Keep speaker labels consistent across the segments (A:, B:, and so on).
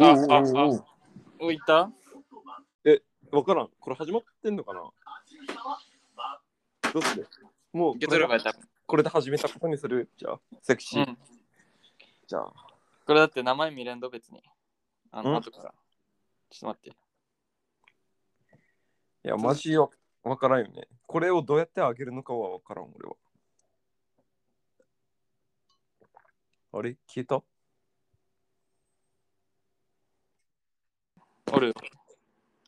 A: あ
B: うんうんうん
A: 浮いた
B: わからん。これ始まってんのかなどうするもうこ
A: 受け
B: れ
A: 取ればいい多分
B: これで始めたことにするじゃあ、セクシ
A: う
B: ー。
A: ん。
B: じゃあ、
A: これだって名前見れんど別に。あ
B: うん
A: の、後から。ちょっと待って。
B: いや、マジわわからんよね。これをどうやってあげるのかはわからん、俺は。あれ消えた
A: おる。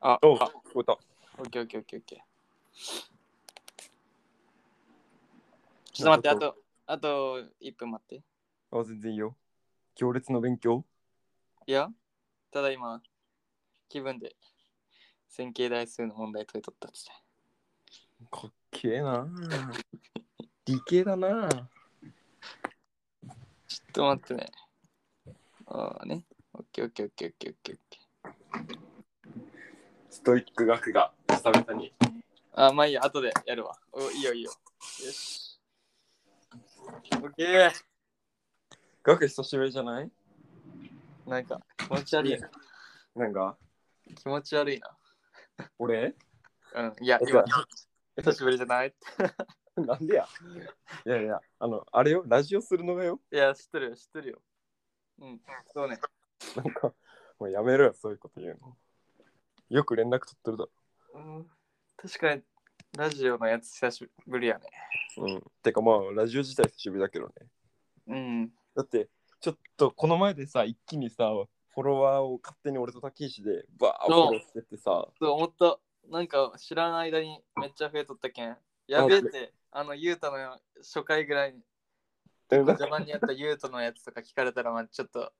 A: あ、
B: おう、
A: あ
B: 聞こえた。
A: オッケーオッケーオッケーオッケー。ちょっと待って、あと、あと1分待って。
B: あ、全然いいよ。行列の勉強
A: いや、ただ今、気分で線形代数の問題解いとったっつって。
B: かっけえなあ理系だなあ
A: ちょっと待ってね。ああね。オッケーオッケーオッケーオッケーオッケーオッケ
B: ストイック学が久々に。
A: ー。あー、まあいいや、後でやるわ。おいいよいいよ。よし。オッケー。
B: 学久しぶりじゃない
A: なんか気持ち悪いな。
B: なんか、
A: 気持ち悪い
B: 俺
A: な。うん。いや、
B: え
A: 今、久しぶりじゃない
B: なんでやいやいや、あの、あれよ、ラジオするのがよ。
A: いや、知ってるよ、知ってるよ。うん、そうね。
B: なんか、もうやめろよ、そういうこと言うの。よく連絡取ってるだ
A: うん、確かに、ラジオのやつ久しぶりやね。
B: ろ。うん。てかまあ、ラジオ自体久しぶりだけどね。
A: うん。
B: だって、ちょっとこの前でさ、一気にさ、フォロワーを勝手に俺と竹石でバーッフォローしてってさ、
A: そう思った。なんか知らない間にめっちゃ増えとったけん。やべえって、あの、ゆうたの初回ぐらいに、
B: えなんか
A: 邪魔にやったゆうたのやつとか聞かれたら、まあちょっと、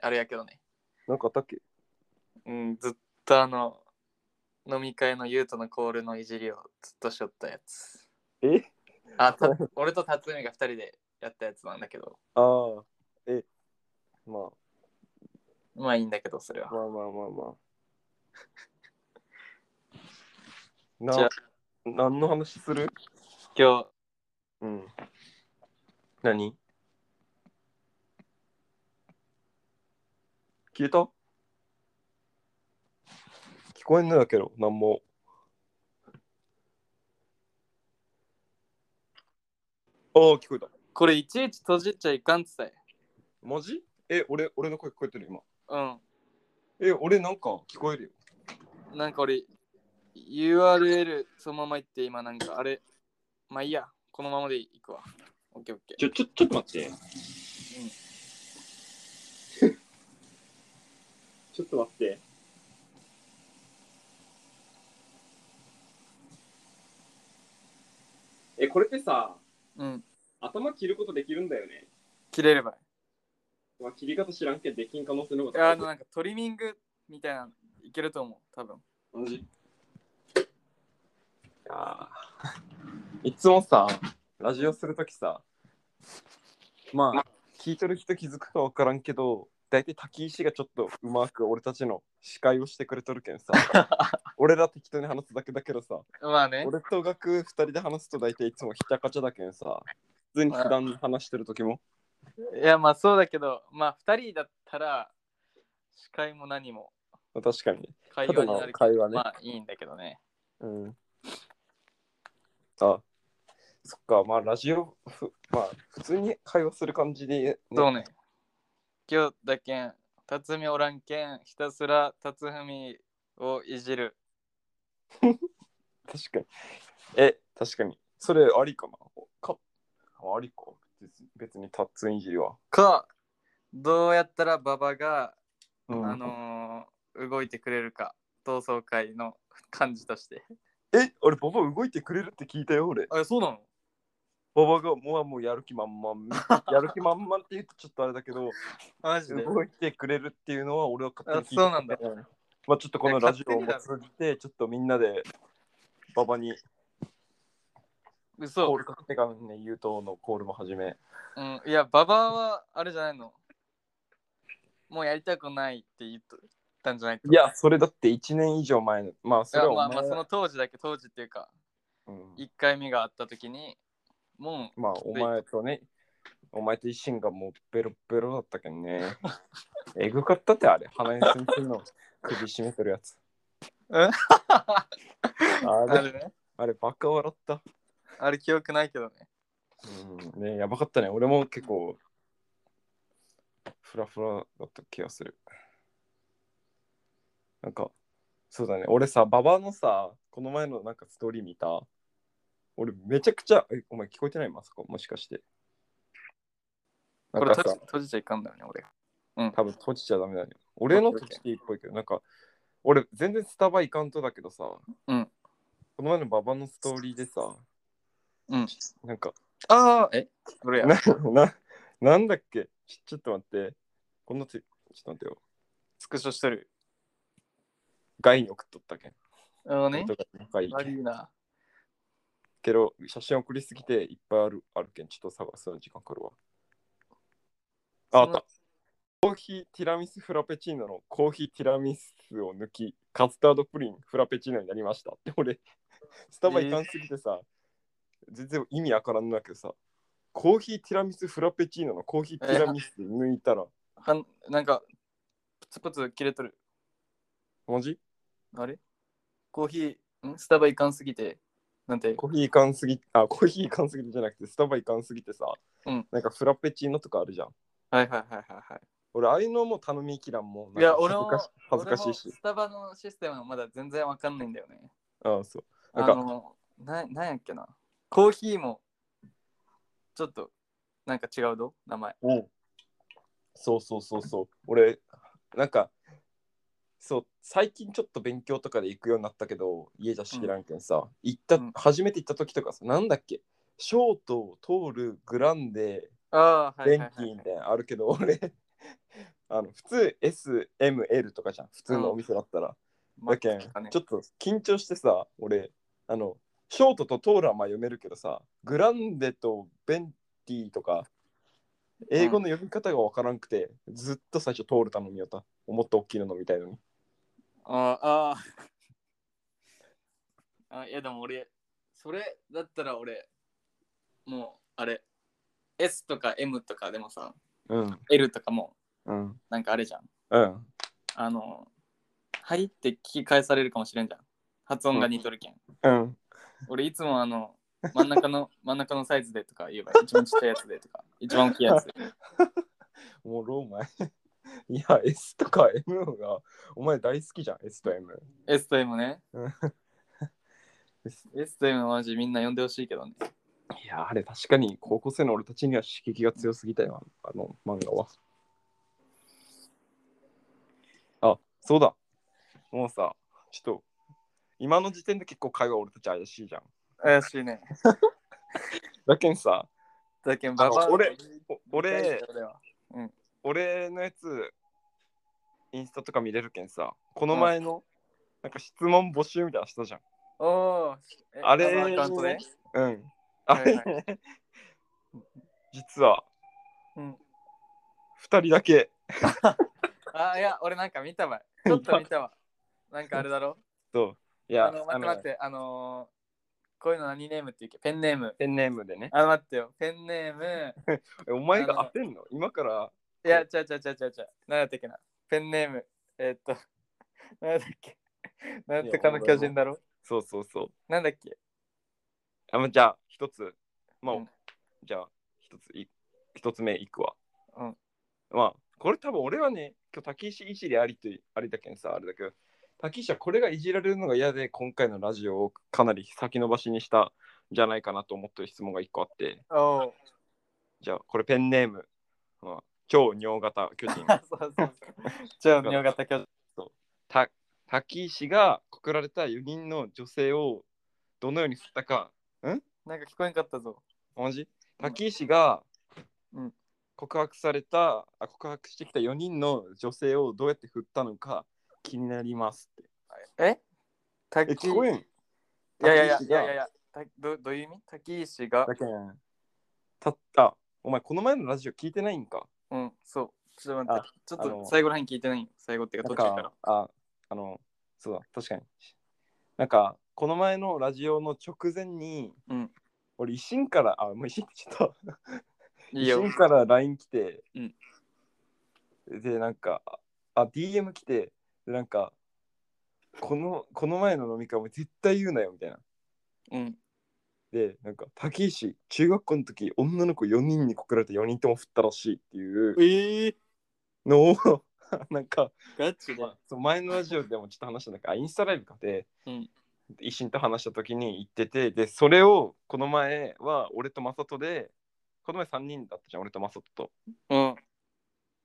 A: あれやけどね。
B: なんかあったっけ
A: うん、ずっとあの、飲み会のゆうたのコールのいじりをずっとしよったやつ。
B: え
A: あ、た 俺と辰巳が二人でやったやつなんだけど、
B: ああ、え、まあ、
A: まあいいんだけど、それは。
B: まあまあまあまあ。
A: じゃ
B: な
A: あ、
B: 何の話する
A: 今日、
B: うん。何消えた聞こえんのだけど、何も。ああ、聞こえた。
A: これいちいち閉じちゃいかんっつったよ。
B: マジえ、俺、俺の声聞こえてる今。
A: う
B: え、俺なんか聞こえるよ。
A: ん。なんか俺、URL そのまま行って今なんかあれ、まあいいや、このままで行くわ。オッケーオッケ
B: ちょ、ちょ、ちょっと待って。
A: ー。
B: ちょっと待って。え、これってさ、
A: うん。うん、
B: 頭切ることできるんだよね。
A: 切れればい
B: まあ、切り方知らんけどできん可能性のこ
A: い。い
B: と
A: や、あのなんかトリミングみたいなのいけると思う、多分。
B: マジいやーいつもさ、ラジオするときさ、まあ、聞いてる人気づくかわからんけど、大体滝石がちょっとうまく俺たちの司会をしてくれとるけん さ、俺ら適当に話すだけだけどさ、
A: まあね。
B: 俺と学2人で話すと大体いつもひたかちゃだけんさ、普通に普段話してる時も。
A: いや、まあそうだけど、まあ2人だったら、司会も何も
B: まあ確かに。
A: 会
B: ただ
A: 話にな
B: の
A: るけ
B: 会話ね。
A: ど、まあいいんだけどね。
B: うん。あ、そっか、まあラジオ、ふまあ普通に会話する感じで、ね。
A: そうね。今日だけん、辰巳おらんけん、ひたすら辰巳をいじる。
B: 確かに。え、確かに。それありかなかありか。別に別にタッツンいじりは。
A: か、どうやったら馬場が、
B: うん
A: あのー動いてくれるか、同窓会の感じとして。
B: え、俺、ババ動いてくれるって聞いたよ、俺。
A: あ、そうなの
B: ババがもうもうやる気満 々。やる気満々って言うとちょっとあれだけど、
A: マジで。
B: 動いてくれるっていうのは俺は勝手に聞いて
A: あそうなんだ
B: まあちょっとこのラジオを通じて、ちょっとみんなで馬場にコ
A: 嘘
B: ー。ルかけてからね、優等のコールも始め。
A: うん、いや、馬場はあれじゃないの。もうやりたくないって言っとったんじゃない
B: いや、それだって1年以上前の、まあそ
A: い
B: れは
A: や
B: お
A: まあ
B: 前
A: まあその当時だけ当時っていうか
B: うん
A: 1回目があった時にもう
B: まあお前とね、お前と一心がもうベロベロだったけんね。 えぐかったってあれ、花江先生の首絞めてるやつ。
A: うんあ
B: あれ、
A: れね。
B: あれ、バカ笑った。
A: あれ記憶ないけどね。
B: うん、ねやばかったね。俺も結構、フラフラだった気がする。なんか、そうだね。俺さ、ババのさ、この前のなんかストーリー見た。俺、めちゃくちゃ、え、お前聞こえてないまさか、もしかして。な
A: こ
B: ん
A: れ
B: か
A: 閉
B: さ
A: じ、閉じちゃいかんだよね、俺。
B: 多分閉じちゃダメだね。俺の閉じていいっぽいけど、なんか、俺、全然スタバ行かんとだけどさ、
A: うん
B: この前のババのストーリーでさ、
A: うん。
B: なんか、
A: ああ、えどれ や
B: なななんだっけちちょっと待って。こんなて、ちょっと待ってよ。
A: スクショしてる。
B: ガイに送っとったけん。
A: あのね。
B: ガイ
A: 悪いな。
B: けど、写真送りすぎていっぱいあるあるけん、ちょっと探すのに時間かかるわ。ああ
A: そ
B: っ
A: の
B: た。コーヒーティラミスフラペチーノのコーヒーティラミスを抜き、カスタードプリンフラペチーノになりましたって、俺、スタバいかんすぎてさ、全然意味わからんのだけどさ、コーヒーティラミスフラペチーノのコーヒーティラミス抜いたら、
A: はんなんか、プツプツ切れとる。
B: マジ
A: あれコーヒー、んスタバいかんすぎて。なん て、
B: コーヒーいかんすぎあコーヒーいかんすぎてじゃなくてスタバいかんすぎてさ、
A: うん
B: なんかフラペチーノとかあるじゃん
A: はいはいはいはいはい。
B: 俺ああいうのも頼みきらんもん
A: いや、俺も
B: 恥ずかし恥ずかし
A: 俺
B: い
A: も
B: し
A: スタバのシステムはまだ全然わかんないんだよね。
B: ああそう
A: あ
B: なんか
A: の、ななんやっけな。コーヒーも、ちょっと、なんか違うど名前。
B: うんそうそうそうそう俺なんかそう最近ちょっと勉強とかで行くようになったけど家じゃ知らんけんさ、行った
A: うん
B: 初めて行った時とかさなんだっけショートトールグランデ
A: ああ、はいはい
B: 電
A: はい、はい
B: 気みたいなのあるけど、 俺、あの普通 SML とかじゃん、普通のお店だったら。
A: まあ
B: だけん、
A: 聞かね
B: ちょっと緊張してさ、俺、あの、ショートとトーラーまあ読めるけどさ、グランデとベンティとか、英語の読み方がわからんくて、ずっと最初トール頼みよった。もっと大きいのみたいのに。
A: ああ。あいやでも俺、それだったら俺、もうあれ、S とか M とかでもさ、
B: うん。
A: L とかも
B: うん。
A: なんかあれじゃん。
B: うん。
A: あの、はいって聞き返されるかもしれんじゃん。発音が似とるけん。
B: うん。
A: 俺いつもあの、真ん中の 真ん中のサイズでとか言えばいい、一番ちっちゃいやつでとか、一番大きいやつで。
B: もうローマン いや、S とか M が、お前大好きじゃん、S と M。
A: S と M ね
B: うん。
A: S と M はマジみんな呼んでほしいけどね。
B: いや、あれ確かに高校生の俺たちには刺激が強すぎたよ、あの漫画は。あ、そうだ。もうさ、ちょっと、今の時点で結構会話俺たち怪しいじゃん。
A: 怪しいね。
B: だけんさ、
A: だけんババ
B: あ
A: ア
B: の俺お
A: 大丈
B: 俺、
A: 夫だよ
B: 俺のやつ、インスタとか見れるけんさ、この前の、なんか質問募集みたいなのしたじゃん。
A: おお。え
B: あれ
A: のアカウントね。
B: うん。あ
A: はい
B: れ、
A: はい
B: 実は、
A: うん
B: 二人だけ、
A: あ、いや、俺なんか見たわ。ちょっと見たわ。なんかあれだろ。
B: と、いや、
A: あの、待って待って、あのー、こういうの何ネームって言うっけペンネーム。
B: ペンネームでね。
A: あ、待ってよ。ペンネーム。
B: えお前が当てんの今から
A: いや、ちゃうちゃうちゃうちゃうちゃう。何やったっけな。ペンネーム。えーっと、 何やったっけ。なんとかの巨人だろ。
B: そうそうそう。
A: なんだっけ。
B: あまじゃあ、一つ。まあ、
A: うん
B: じゃあ、一つい、一つ目いくわ。
A: うん。
B: まあ、これ多分俺はね、今日、滝石いじりありといありだけんさ、あれだけど、滝石はこれがいじられるのが嫌で、今回のラジオをかなり先延ばしにしたんじゃないかなと思ってる質問が一個あって、
A: おお。
B: じゃあ、これペンネーム。まあ、超尿型巨 人。
A: そうそうそう。じゃあ、尿型巨人。
B: た滝石が告られた4人の女性をどのように振ったか
A: なんか聞こえんかったぞ。
B: 同じ滝石が
A: うん
B: 告白されたあ告白してきた4人の女性をどうやって振ったのか気になりますって
A: え滝
B: え聞こえんい
A: いやいやいやいやいやいや。たどどういう意味滝石が
B: だ。けんたったお前この前のラジオ聞いてないんか
A: うん、そう。ちょっと待って。ちょ
B: あ
A: っ
B: の
A: と最後らへん聞いてないよ最後っていうか
B: なん
A: 途中から
B: か。ああのそうだ確かになんかこの前のラジオの直前に、
A: うん
B: 俺維新からあもう維新ってちょっと
A: いいよ
B: シンから LINE 来て、
A: うん
B: で、なんか、あ、DM 来て、で、なんか、この、この前の飲み会も絶対言うなよ、みたいな。
A: うん。
B: で、なんか、滝石、中学校の時、女の子4人に告られて4人とも振ったらしいっていう
A: ええ
B: のを、 なんか、
A: ガチで。
B: まあそう前のラジオでもちょっと話したんだけど、あインスタライブかで、
A: うん
B: 一心と話した時に言ってて、で、それをこの前は俺とマサトで、この前3人だったじゃん、俺とマサトと。
A: うん。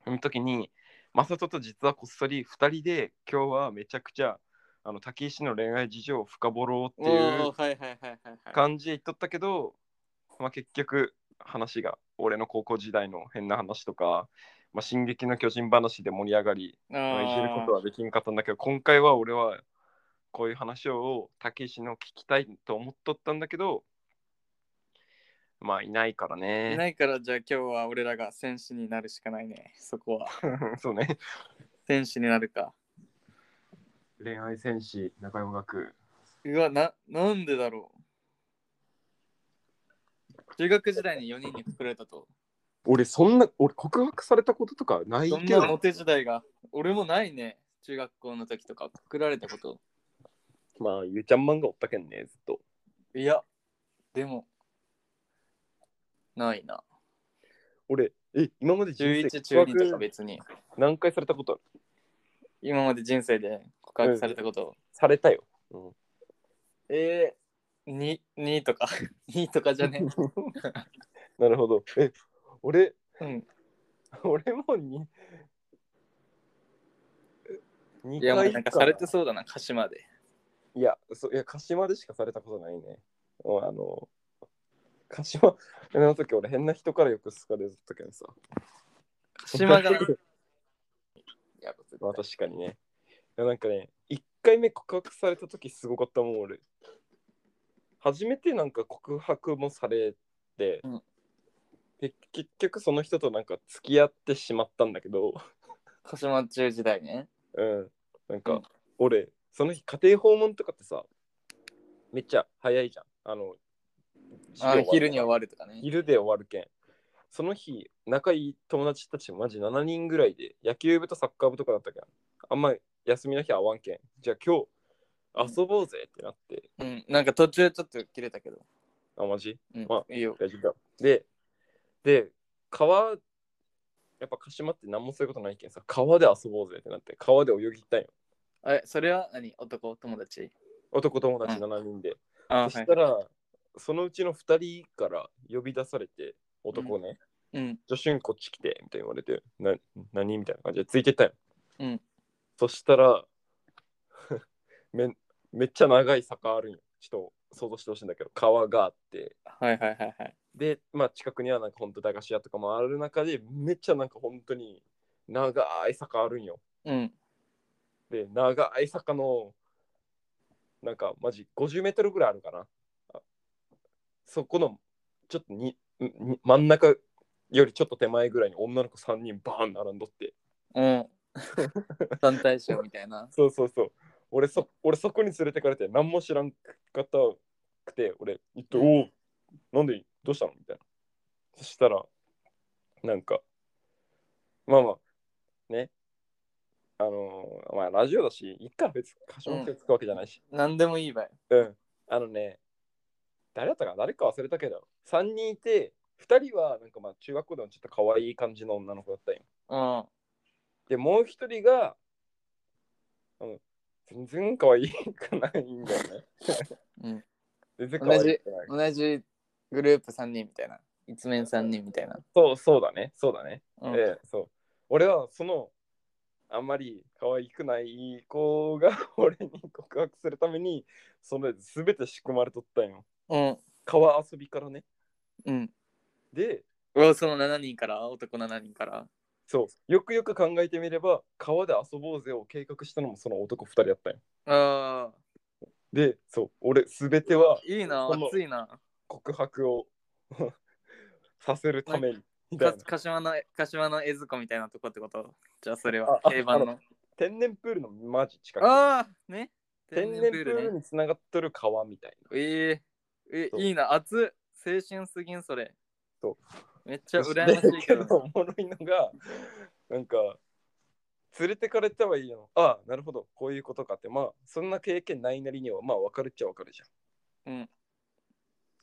B: その時に、マサトと実はこっそり2人で、今日はめちゃくちゃ、あの、滝石の恋愛事情を深掘ろうってい
A: お
B: う
A: ーはいはいはいはいはい。
B: 感じで言っとったけど、まあ、結局、話が、俺の高校時代の変な話とか、まあ、進撃の巨人話で盛り上がり、まあいじること
A: は。
B: はできんかったんだけど今回は俺はこういう話をたけしの聞きたいと思っとったんだけどまあいないから
A: い
B: ね
A: ないから、じゃあ今日は俺らが選手になるしかないね。そこは。
B: そうね
A: 選手になるか。
B: 恋愛戦士中山学
A: うわ、な、なんでだろう。中学時代に4人に隠れたと。
B: 俺そんな俺告白されたこととかない
A: どん
B: け
A: な
B: ど
A: モテ時代が。俺もないね。中学校の時とか、くられたこと。
B: まあゆうちゃん漫画おったけんねずっと
A: いや、でも、ないな。
B: 俺え今まで人生
A: 11、中
B: 告
A: 2とか
B: 白
A: 別に。
B: 何回されたことある
A: 今まで人生で告白されたこと。
B: されたよ、
A: えー、2、2とか。2と かじゃね。
B: なるほどえ俺
A: うん。
B: 俺もに2
A: いや、もうなんかされて
B: い
A: そうだな、鹿島で。
B: やそういや鹿島でしかされたことないねうんあの鹿島 あの時俺変な人からよく好かれとったけどさ
A: 鹿 島が。いや、別に
B: まあ確かにねいやなんかね1回目告白された時すごかったもん俺初めてなんか告白もされて、
A: うん
B: で結局その人となんか付き合ってしまったんだけど
A: 鹿島中時代ね。
B: うん。なん
A: うん
B: か、俺、その日、家庭訪問とかってさ、めっちゃ早いじゃん。あの、
A: あ
B: 授業終わる
A: 昼に終わるとかね。
B: 昼で終わるけん。その日、仲いい友達たちマジ7人ぐらいで、野球部とサッカー部とかだったけん。あんま休みの日会わんけん。じゃあ今日、遊ぼうぜってなって。
A: うん、なんか途中ちょっと切れたけど。
B: あ、マジ
A: うん
B: ま、
A: いいよ。
B: 大丈夫だ。で、で、川、やっぱ鹿島って何もそういうことないけんさ、川で遊ぼうぜってなって、川で泳ぎたいよ。
A: あれ、それは何男友達
B: 男友達7人で。
A: あ
B: そしたら、そのうちの2人から呼び出されて、男ね、
A: い。うん。
B: じゃあ、シュンこっち来て、みたいに言われて、な、何みたいな感じでついてったよ。
A: うん
B: そしたら、 め、めっちゃ長い坂あるんよ。ちょっと想像してほしいんだけど、川があって、
A: はいはいはいはい。
B: で、まあ、近くにはなんか本当駄菓子屋とかもある中で、めっちゃなんか本当に長い坂あるんよ。
A: うん。
B: で、長い坂の、なんかマジ50メートルぐらいあるかな。あそこの、ちょっとにに真ん中よりちょっと手前ぐらいに女の子3人バーン並んどって。
A: うん。団体賞みたいな。
B: そうそうそう。俺そ俺そこに連れてかれて何も知らんかったくて、俺言って、おお、なんでどうしたのみたいな。そしたら、なんか、まあまあ、ね。あのーまあラジオだし、いっか、別に歌唱の手つくわけじゃないし。
A: 何でもいいばい。
B: うん。あのね、誰だったかな誰か忘れたけど、3人いて、2人はなんかまあ中学校でもちょっと可愛い感じの女の子だったんよ。
A: うん。
B: で、もう1人が、あの全然可愛いくないんだよ ね。
A: うん、
B: 全然可愛いくない。
A: 同じグループ3人みたいな。一面3人みたいな。
B: そう、そうだね。そうだね。
A: うん。
B: ええ、そう。俺はその、あんまり可愛くない子が 俺に告白するために、その全て仕組まれとったんよ。
A: うん。
B: 川遊びからね。
A: うん。
B: で、
A: うわその7人から、男7人から。
B: そう、よくよく考えてみれば、川で遊ぼうぜを計画したのもその男2人やったんよ。
A: ああ。
B: で、そう、俺、すべてはい
A: いな、
B: この
A: 熱いな。
B: 告白を させるために。みたい
A: か
B: な
A: 鹿島の、鹿島の江津子みたいなとこってことじゃあそれ
B: あ
A: は
B: あ
A: 定番の。
B: 天然プールのマジ近く。
A: ああね。
B: 天然プール
A: ね。
B: につながっとる川みたいな。
A: えええ
B: そう
A: いいな、熱っ。青春すぎん、それ。。
B: そう
A: めっちゃ羨ましい けど
B: だ。おもろいのが、なんか、連れてかれたはいいの。ああ、なるほど、こういうことかって、まあ、そんな経験ないなりには、まあ、わかるっちゃわかるじゃん。
A: うん。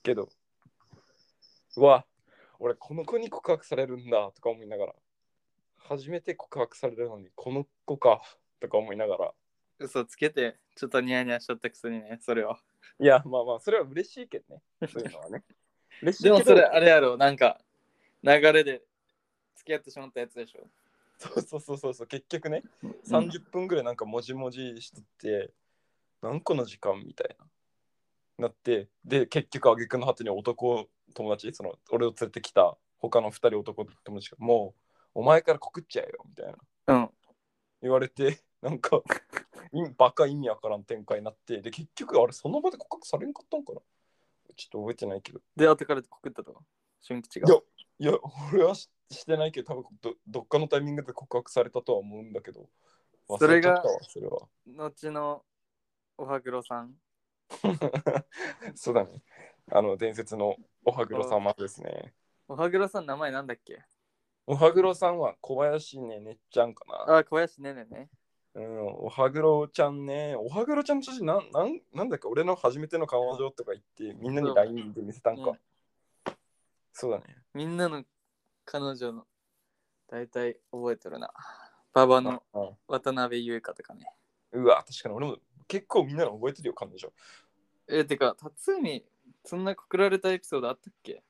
B: けど、うわ、俺、この子に告白されるんだとか思いながら、初めて告白されるのに、この子かとか思いながら、
A: 嘘つけて、ちょっとニヤニヤしちゃったくせにね、それを。
B: いや、まあまあ、それは嬉しいけどね、そういうのはね。嬉しいけ
A: で
B: ど
A: もそれあれやろ、なんか、流れで付き合ってしまったやつでしょ。
B: そうそうそうそうそう結局ね、30分ぐらいなんかもじもじしとって何個の時間みたいななってで結局挙句の果てに男友達その俺を連れてきた他の2人男友達がもうお前から告っちゃえよみたいな
A: うん。
B: 言われて なんか意味バカ意味わからん展開になってで結局あれその場で告白されんかったんかなちょっと覚えてないけど
A: で、後から告ったと。春吉が
B: い。やいや、俺はししてないけど、多分どどっかのタイミングで告白されたとは思うんだけど。
A: それ
B: 忘
A: が
B: ちゃったわそれは。
A: 後のおはぐろさん。
B: そうだね。あの、伝説のおはぐろ様ですね。
A: おはぐろさん名前なんだっけ
B: おはぐろさんは小林ねねっちゃんかな。
A: あ、小林ねねね。
B: うん、おはぐろちゃんね。おはぐろちゃんの写真なんなんなんだっけ俺の初めての彼女とか言って、みんなに LINE で見せたんか。
A: うん
B: そうだね。
A: みんなの彼女の大体覚えてるな。馬場の
B: うん
A: 渡辺優香とかね。
B: うわ、確かに俺も結構みんなの覚えてるよ、彼女。
A: え、てか、辰巳、そんな告られたエピソードあったっけ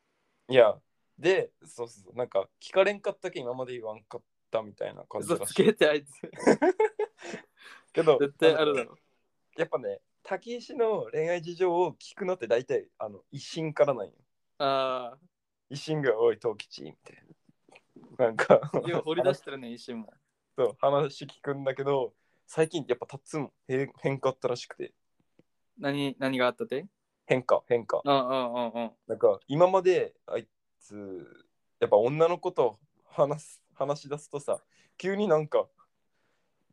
B: いや、で、そうそうそう、なんか聞かれんかったけ今まで言わんかったみたいな感じ
A: 嘘
B: ら
A: つ
B: しい
A: けてあいつ。
B: けど、
A: 絶対あるだろ。
B: やっぱね、滝石の恋愛事情を聞くのって大体、あの、一心からなんよ。
A: あ
B: 一心が多い、東吉、みたいな。なんか、
A: あ、よう掘り出してるね、一瞬も。
B: そう話聞くんだけど、最近やっぱタッツン変変化あったらしくて、
A: 何、何があったって
B: 変化、変化。
A: うんうんうんうん。
B: なんか今まであいつやっぱ女の子と話す話し出すとさ急になんか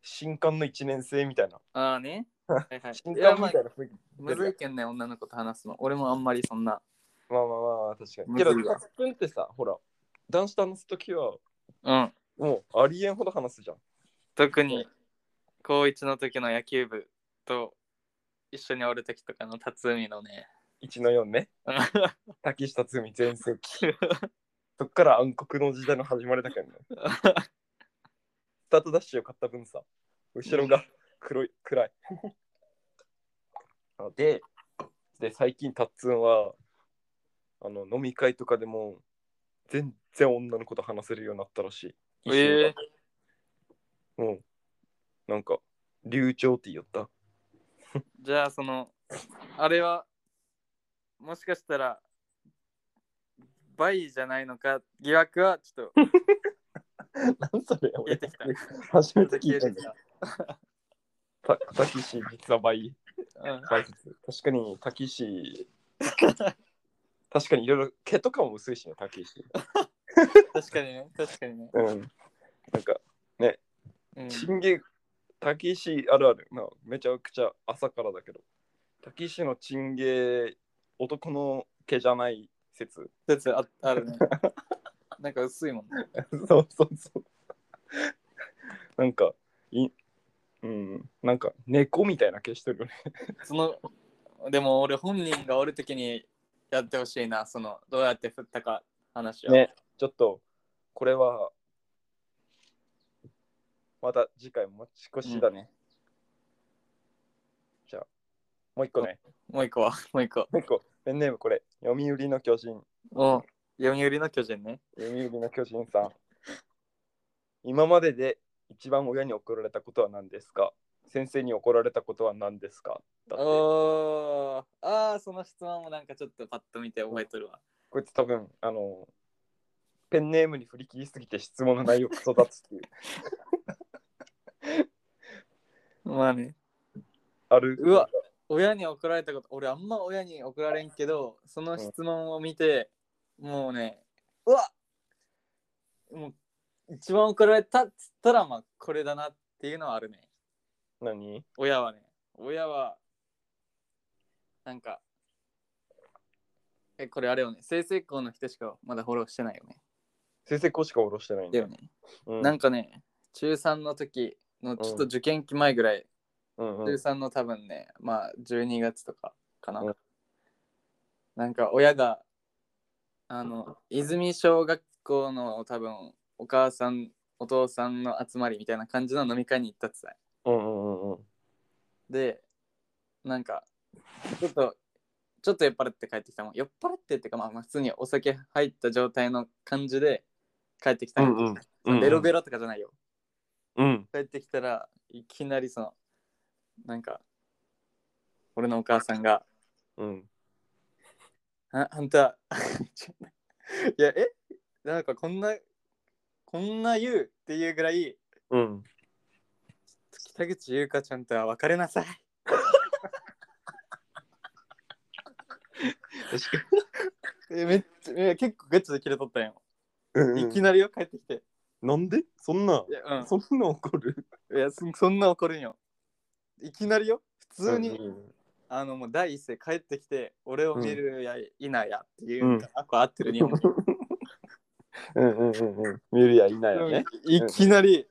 B: 新刊の1年生みたいな
A: ああね。 はいはい。
B: 新
A: いや、
B: 刊
A: まあ
B: みた、いな雰囲気
A: むずいけんね、女の子と話すの。俺もあんまりそんな。
B: まあまあまあ確かに
A: む
B: け
A: ずいわ
B: どタップンってさほら男子と話す時は
A: うん。
B: もうありえんほど話すじゃん
A: 特に、高一の時の野球部と一緒におる時とかの辰巳のね。
B: 1の4ね
A: うん
B: 滝下つみ全盛期そっから暗黒の時代の始まりだけどねスタートダッシュを買った分さ、後ろが黒い、暗い。あ で、で、最近タッツンは、あの、飲み会とかでも、全然女の子と話せるようになったらしい。
A: え
B: えうん。なんか、流暢って言おった。
A: じゃあ、その、あれは、もしかしたら、バイじゃないのか、疑惑はちょっと
B: 何それ
A: 出
B: 俺
A: てきた。
B: 初めて
A: 出て
B: 聞いたん
A: き
B: だよ
A: た。。
B: たたきし、実は倍、
A: うん
B: 倍率。確かに、たきし、確かにいろいろ毛とかも薄いしね、たきし。
A: 確かにね、確かにね。
B: うん。なんか、
A: うん
B: チンゲ、滝石あるある。まあ、めちゃくちゃ朝からだけど。滝石のチンゲ、男の毛じゃない説。
A: 説ああるね。なんか薄いもんね。
B: そうそうそう。なんか、いうん、なんか猫みたいな毛してるよね。
A: その、でも俺本人がおるときにやってほしいな、その、どうやって振ったか話を。
B: ねちょっと、これは、また次回持ち越しだね。じゃあ、もう一個ね。
A: もう一個は、もう一個。
B: もう一個、ペンネームこれ、読売の巨人。
A: おう読売の巨人ね。
B: 読売の巨人さん。今までで一番親に怒られたことは何ですか先生に怒られたことは何ですかだってこ
A: おーああ、その質問もなんかちょっとパッと見て覚えとるわ。
B: いつ多分、あの、ペンネームに振り切りすぎて質問の内容が育つっていう。
A: まあね。
B: ある
A: うわ。親に怒られたこと、俺あんま親に怒られんけど、その質問を見て、もうね、うわもう、一番怒られたっつったら、まあ、これだなっていうのはあるね。
B: 何
A: 親はね、親は、なんか、え、これあれよね、性成功の人しかまだフォローしてないよね。
B: 成績校しか下ろしてないん
A: だ
B: だ
A: よね。
B: うん
A: なんかね、中3の時のちょっと受験期前ぐらい、
B: うんうん
A: 中3の多分ね、まあ12月とかかな。
B: うん
A: なんか親が、あの、泉小学校の多分お母さん、お父さんの集まりみたいな感じの飲み会に行ったってさ。
B: うんうんうん
A: で、なんか、ちょっと、ちょっと酔っ払って帰ってきたもん。酔っ払ってっていうか、まあまあ普通にお酒入った状態の感じで帰ってきた
B: う
A: の
B: んうんうんうん
A: ベロベロとかじゃないよ。
B: うん
A: 帰ってきたらいきなりそのなんか俺のお母さんが
B: うん
A: 「ああんた いやえなんかこんなこんな言う」っていうぐらい
B: うん
A: 北口優香ちゃんとは別れなさい
B: 確か
A: えめっちゃいや結構ガチで切れとったんよ、
B: に
A: いきなりよ帰ってきて
B: なんでそんない
A: や,、うん
B: そんな怒る
A: いやそそんな怒るんよいきなりよ普通に、あのもう第一声帰ってきて俺を見るやいなやっていう、
B: うん
A: あこれ合ってる日本語
B: うんうんうんうん見るやいないやね
A: いきなり。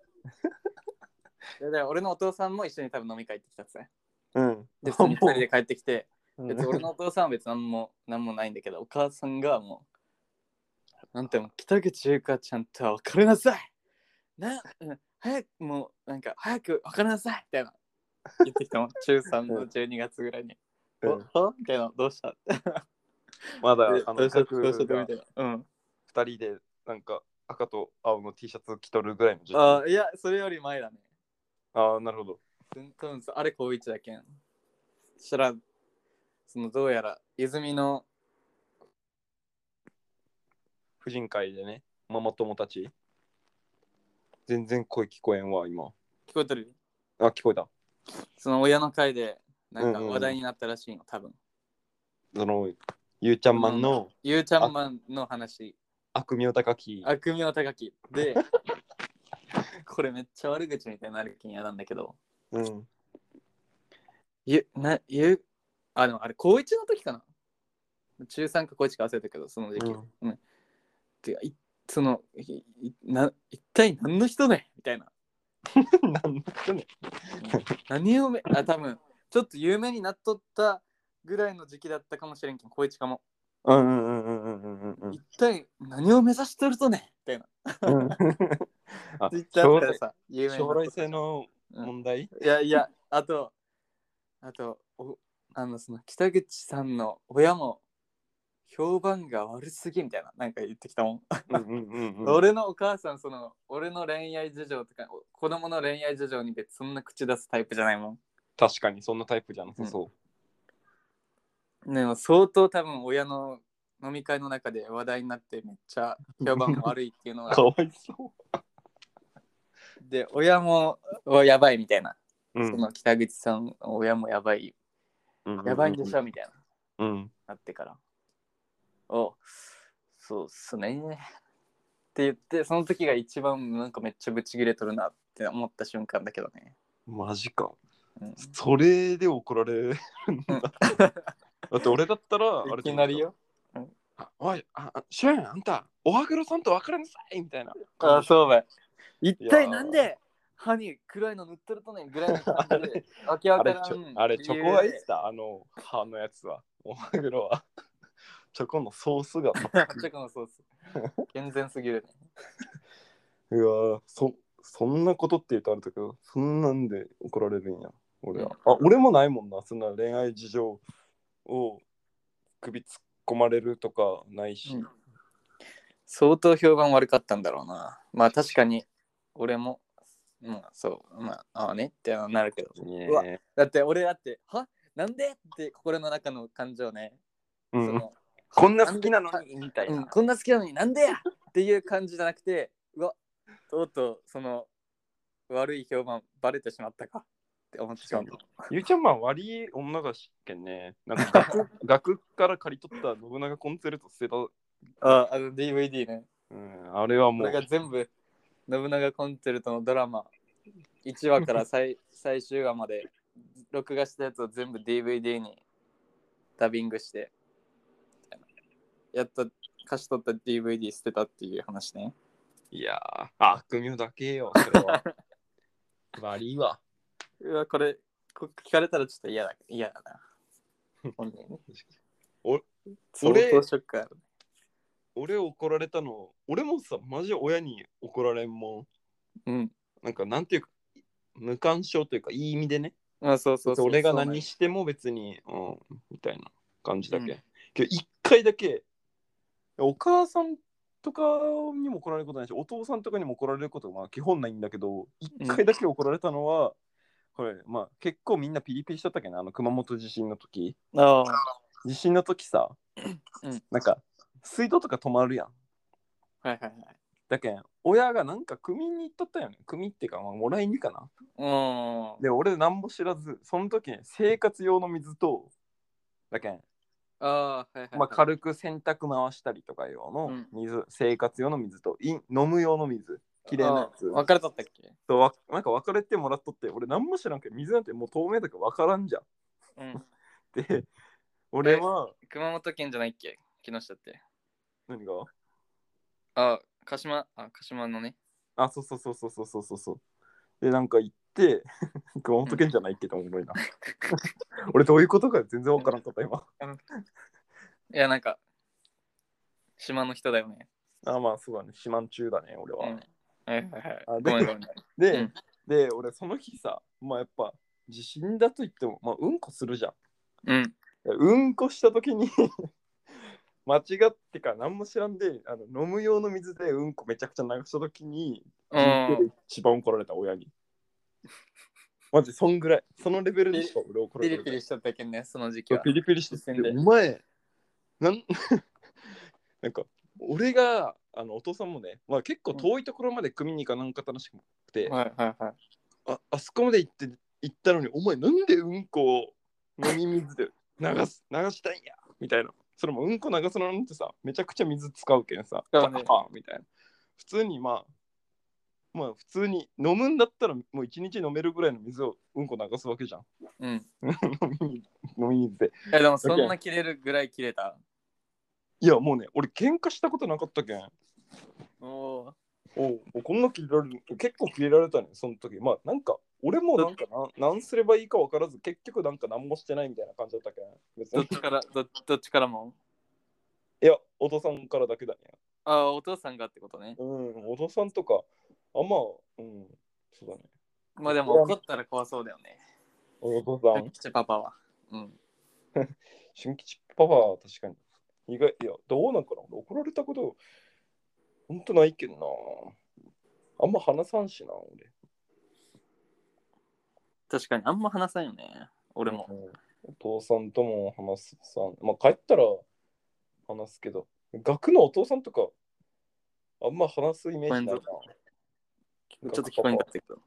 A: いやだから俺のお父さんも一緒に多分飲み会行ってきたっすね。
B: うん
A: で、普通に2人で帰ってきて、
B: う
A: 別に俺のお父さんは別に何も何もないんだけど、お母さんがもう、なんてもう北口優香ちゃんとは別れなさいな、うん早くもう、なんか、早く別れなさいみたいな。言って きたもん、中3の12月ぐらいに。
B: うん
A: おおみたいな、どうした
B: まだ
A: で
B: あ
A: ど
B: の
A: うしたど
B: 僕
A: うしたみ
B: が
A: たいな。うん。
B: 二人でなんか赤と青の T シャツ着とるぐらいの時
A: あ
B: 代
A: ーいや、それより前だね。
B: ああなるほど
A: 多分あれ高一だけん。そしたら、そのどうやら泉の、
B: 婦人会でねママ友たち全然声聞こえんわ今
A: 聞こえてる
B: あ聞こえた
A: その親の会で、なんか
B: うんうんうん
A: 話題になったらしいの、多分。
B: そのゆうちゃんマンの
A: ゆうちゃんマンの話、
B: 悪名高き
A: 悪名高き。で、 これめっちゃ悪口みたいになる気に嫌なんだけど、
B: うん
A: ゆ、な、ゆ、あ、でもあれ、高一の時かな中3か高一か忘れたけど、その時期。
B: うん
A: てかいそのいいな、一体何の人ねみたいな。
B: なんだっけね
A: 何をめあ多分ちょっと有名になっとったぐらいの時期だったかもしれんけど高一かも、
B: うんうんうんうんうんうんうん
A: 一体何を目指してるとねみたいな
B: うんあ
A: ツイッター
B: 将
A: とか
B: 来
A: さ有名に
B: 将
A: なっ
B: 来
A: とった
B: 性の問題
A: いやいやあとあとおあのその北口さんの親も評判が悪すぎみたいななんか言ってきたもん、
B: うんうんうんうん
A: 俺のお母さんその俺の恋愛事情とかお子供の恋愛事情に別にそんな口出すタイプじゃないも
B: 確かにそんなタイプじゃなさそ
A: んでも相当多分親の飲み会の中で話題になってめっちゃ評判が悪いっていうの
B: う
A: が
B: かわいそ
A: で親もおやばいみたいな、
B: ううん
A: その北口さん親もやばい
B: うんうん
A: やばいんでしょみたいな
B: うん
A: なってからおそうっすねって言ってその時が一番なんかめっちゃブチギレとるなって思った瞬間だけどね、
B: マジか
A: うん
B: それで怒られるんだだって俺だったらあれ
A: いきなりよ
B: あおい、あ、あシュン、あんた、おはぐろさんと別れなさいみたいな。
A: あ
B: う。
A: そうばい一
B: いや
A: 体
B: ー
A: なんで歯に暗いの塗ってるとねんぐらいの感じ でわけわ
B: あ
A: か
B: れ
A: ら、
B: ちょ
A: ん
B: あれ
A: 理
B: チ
A: 由
B: ョコアイ
A: で
B: スだ、あの、歯のやつは。おはぐろは。チョコのソースが。
A: チョコのソ ース。健全すぎるね。
B: うわぁそ、そんなことって言うとあれだけど、そんなんで怒られるんや。俺は。あ、俺もないもんな、そんな恋愛事情を首突っ込まれるとかないし。
A: うん相当評判悪かったんだろうな。まあ確かに、俺も、まあそう、まあ、ああねってなるけど。
B: ね
A: うわだって俺だって、はなんでって心の中の感情ね。
B: う
A: そ
B: ん、
A: の
B: こんな好きなのにみたい
A: うん、
B: な。
A: こんな好きなのになんでやっていう感じじゃなくて、うわ、とうとうその悪い評判バレてしまったかって思ってしまった。
B: ゆうちゃんまあ悪い女だしっけんね。なんか楽 楽から借り取った信長コンセルト捨てた。
A: ああの DVD ね。
B: うん、あれはも
A: こ
B: う
A: れ。が全部信長コンチェルトのドラマ1話から 最最終話まで録画したやつを全部 DVD にダビングしてやった貸し取った DVD 捨てたっていう話ね。
B: いやー、悪名だけよ、それ は。悪いわ。
A: うわ、これ、こ聞かれたらちょっと嫌だ嫌 だな。本人ね。
B: お
A: 相当ショックある。
B: 俺怒られたの、俺もさ、マジ親に怒られんも
A: うん。
B: ん。なんか、なんていうか、無干渉というか、いい意味でね。
A: あ、そうそうそう。
B: 俺が
A: そうなん
B: 何
A: よ
B: しても別に、うん、みたいな感じだけ。
A: うん
B: けど、一回だけ、お母さんとかにも怒られることないし、お父さんとかにも怒られることはまあ基本ないんだけど、一回だけ怒られたのは、これ、まあ結構みんなピリピリしとったけど、あの熊本地震の時。
A: あ
B: 地震の時さ、
A: うん
B: なんか、水道とか止まるやん。
A: あ。はいはいはい。
B: だけん、親がなんか組に行っとったよね。組っていうか、まあ、もらいにかな。
A: うーん。
B: で、俺なんも知らず、その時、生活用の水と、だけん、
A: ああー、はいはいはい。
B: まあ、軽く洗濯回したりとか用の水、生活用の水とい飲む用の水きれいなやつ
A: あー別れとったっけ
B: とわなんか別れてもらっとって俺何も知らんけど水なんてもう透明だから分からんじゃん
A: うん。
B: で俺は
A: 熊本県じゃないっけ木下って。
B: 何が
A: あ、鹿島、あ、鹿島のね。
B: あそうそうそうそうそうそうそうでなんか行って 熊本県じゃないけどおもろ いな俺どういうことか全然分からんかった今
A: いや、なんか、島の人だよね。
B: あまあそうだね四万中だね俺は、
A: うん。はいはいは
B: あ
A: い。
B: で
A: ごめんごめん。
B: で、
A: うん
B: で俺その日さまあやっぱ地震だと言ってもまあうんこするじゃん
A: うん。
B: うんこした時に 間違ってか何も知らんであの飲む用の水でうんこめちゃくちゃ流した時に人生
A: う
B: で一番怒られた親にマジそんぐらいそのレベルでしか俺怒
A: ん。
B: ら
A: ピ
B: れ
A: リ
B: た
A: ピリしちゃったけんね、その時期
B: そう
A: は。
B: ピリピリして
A: 視線で
B: お前なん なんか俺があのお父さんもね、まあ、結構遠いところまで組に行かなんか楽しくて、
A: はいはいはい。
B: ああそこまで行って行ったのにお前なんでうんこを飲み水で流す流したいんやみたいなそれもうんこ流すのなんてさめちゃくちゃ水使うけんさ、
A: 使
B: パ
A: う
B: ン
A: ね
B: パンみたいな普通にまあまあ普通に飲むんだったらもう一日飲めるぐらいの水をうんこ流すわけじゃん
A: うん。
B: 飲み水飲み水で
A: え、でもそんな切れるぐらい切れた。
B: いやもうね俺喧嘩したことなかったけん
A: おお
B: おおこんな切れられる結構切れられたねその時まあなんか俺もなんかななんすればいいか分からず結局なんか何もしてないみたいな感じだったけん別
A: ー。ど
B: に
A: っちから、どどっちからも。
B: いやお父さんからだけだね
A: ああ、お父さんがってことね。
B: うんお父さんとかあんまうんそうだね
A: まあでも怒ったら怖そうだよね。
B: お父さ
A: キ
B: ん
A: チパパは。うん。
B: 新吉パパは確かに意外いやどうなんかな俺怒られたことほんとないけんなあんま話さんしな俺
A: 確かに、あんま話さんよね。俺も。
B: うんお父さんとも話すさん、まあ、帰ったら話すけど、学のお父さんとか、あんま話すイメージないな。
A: ごちょっと聞こえんかったけど。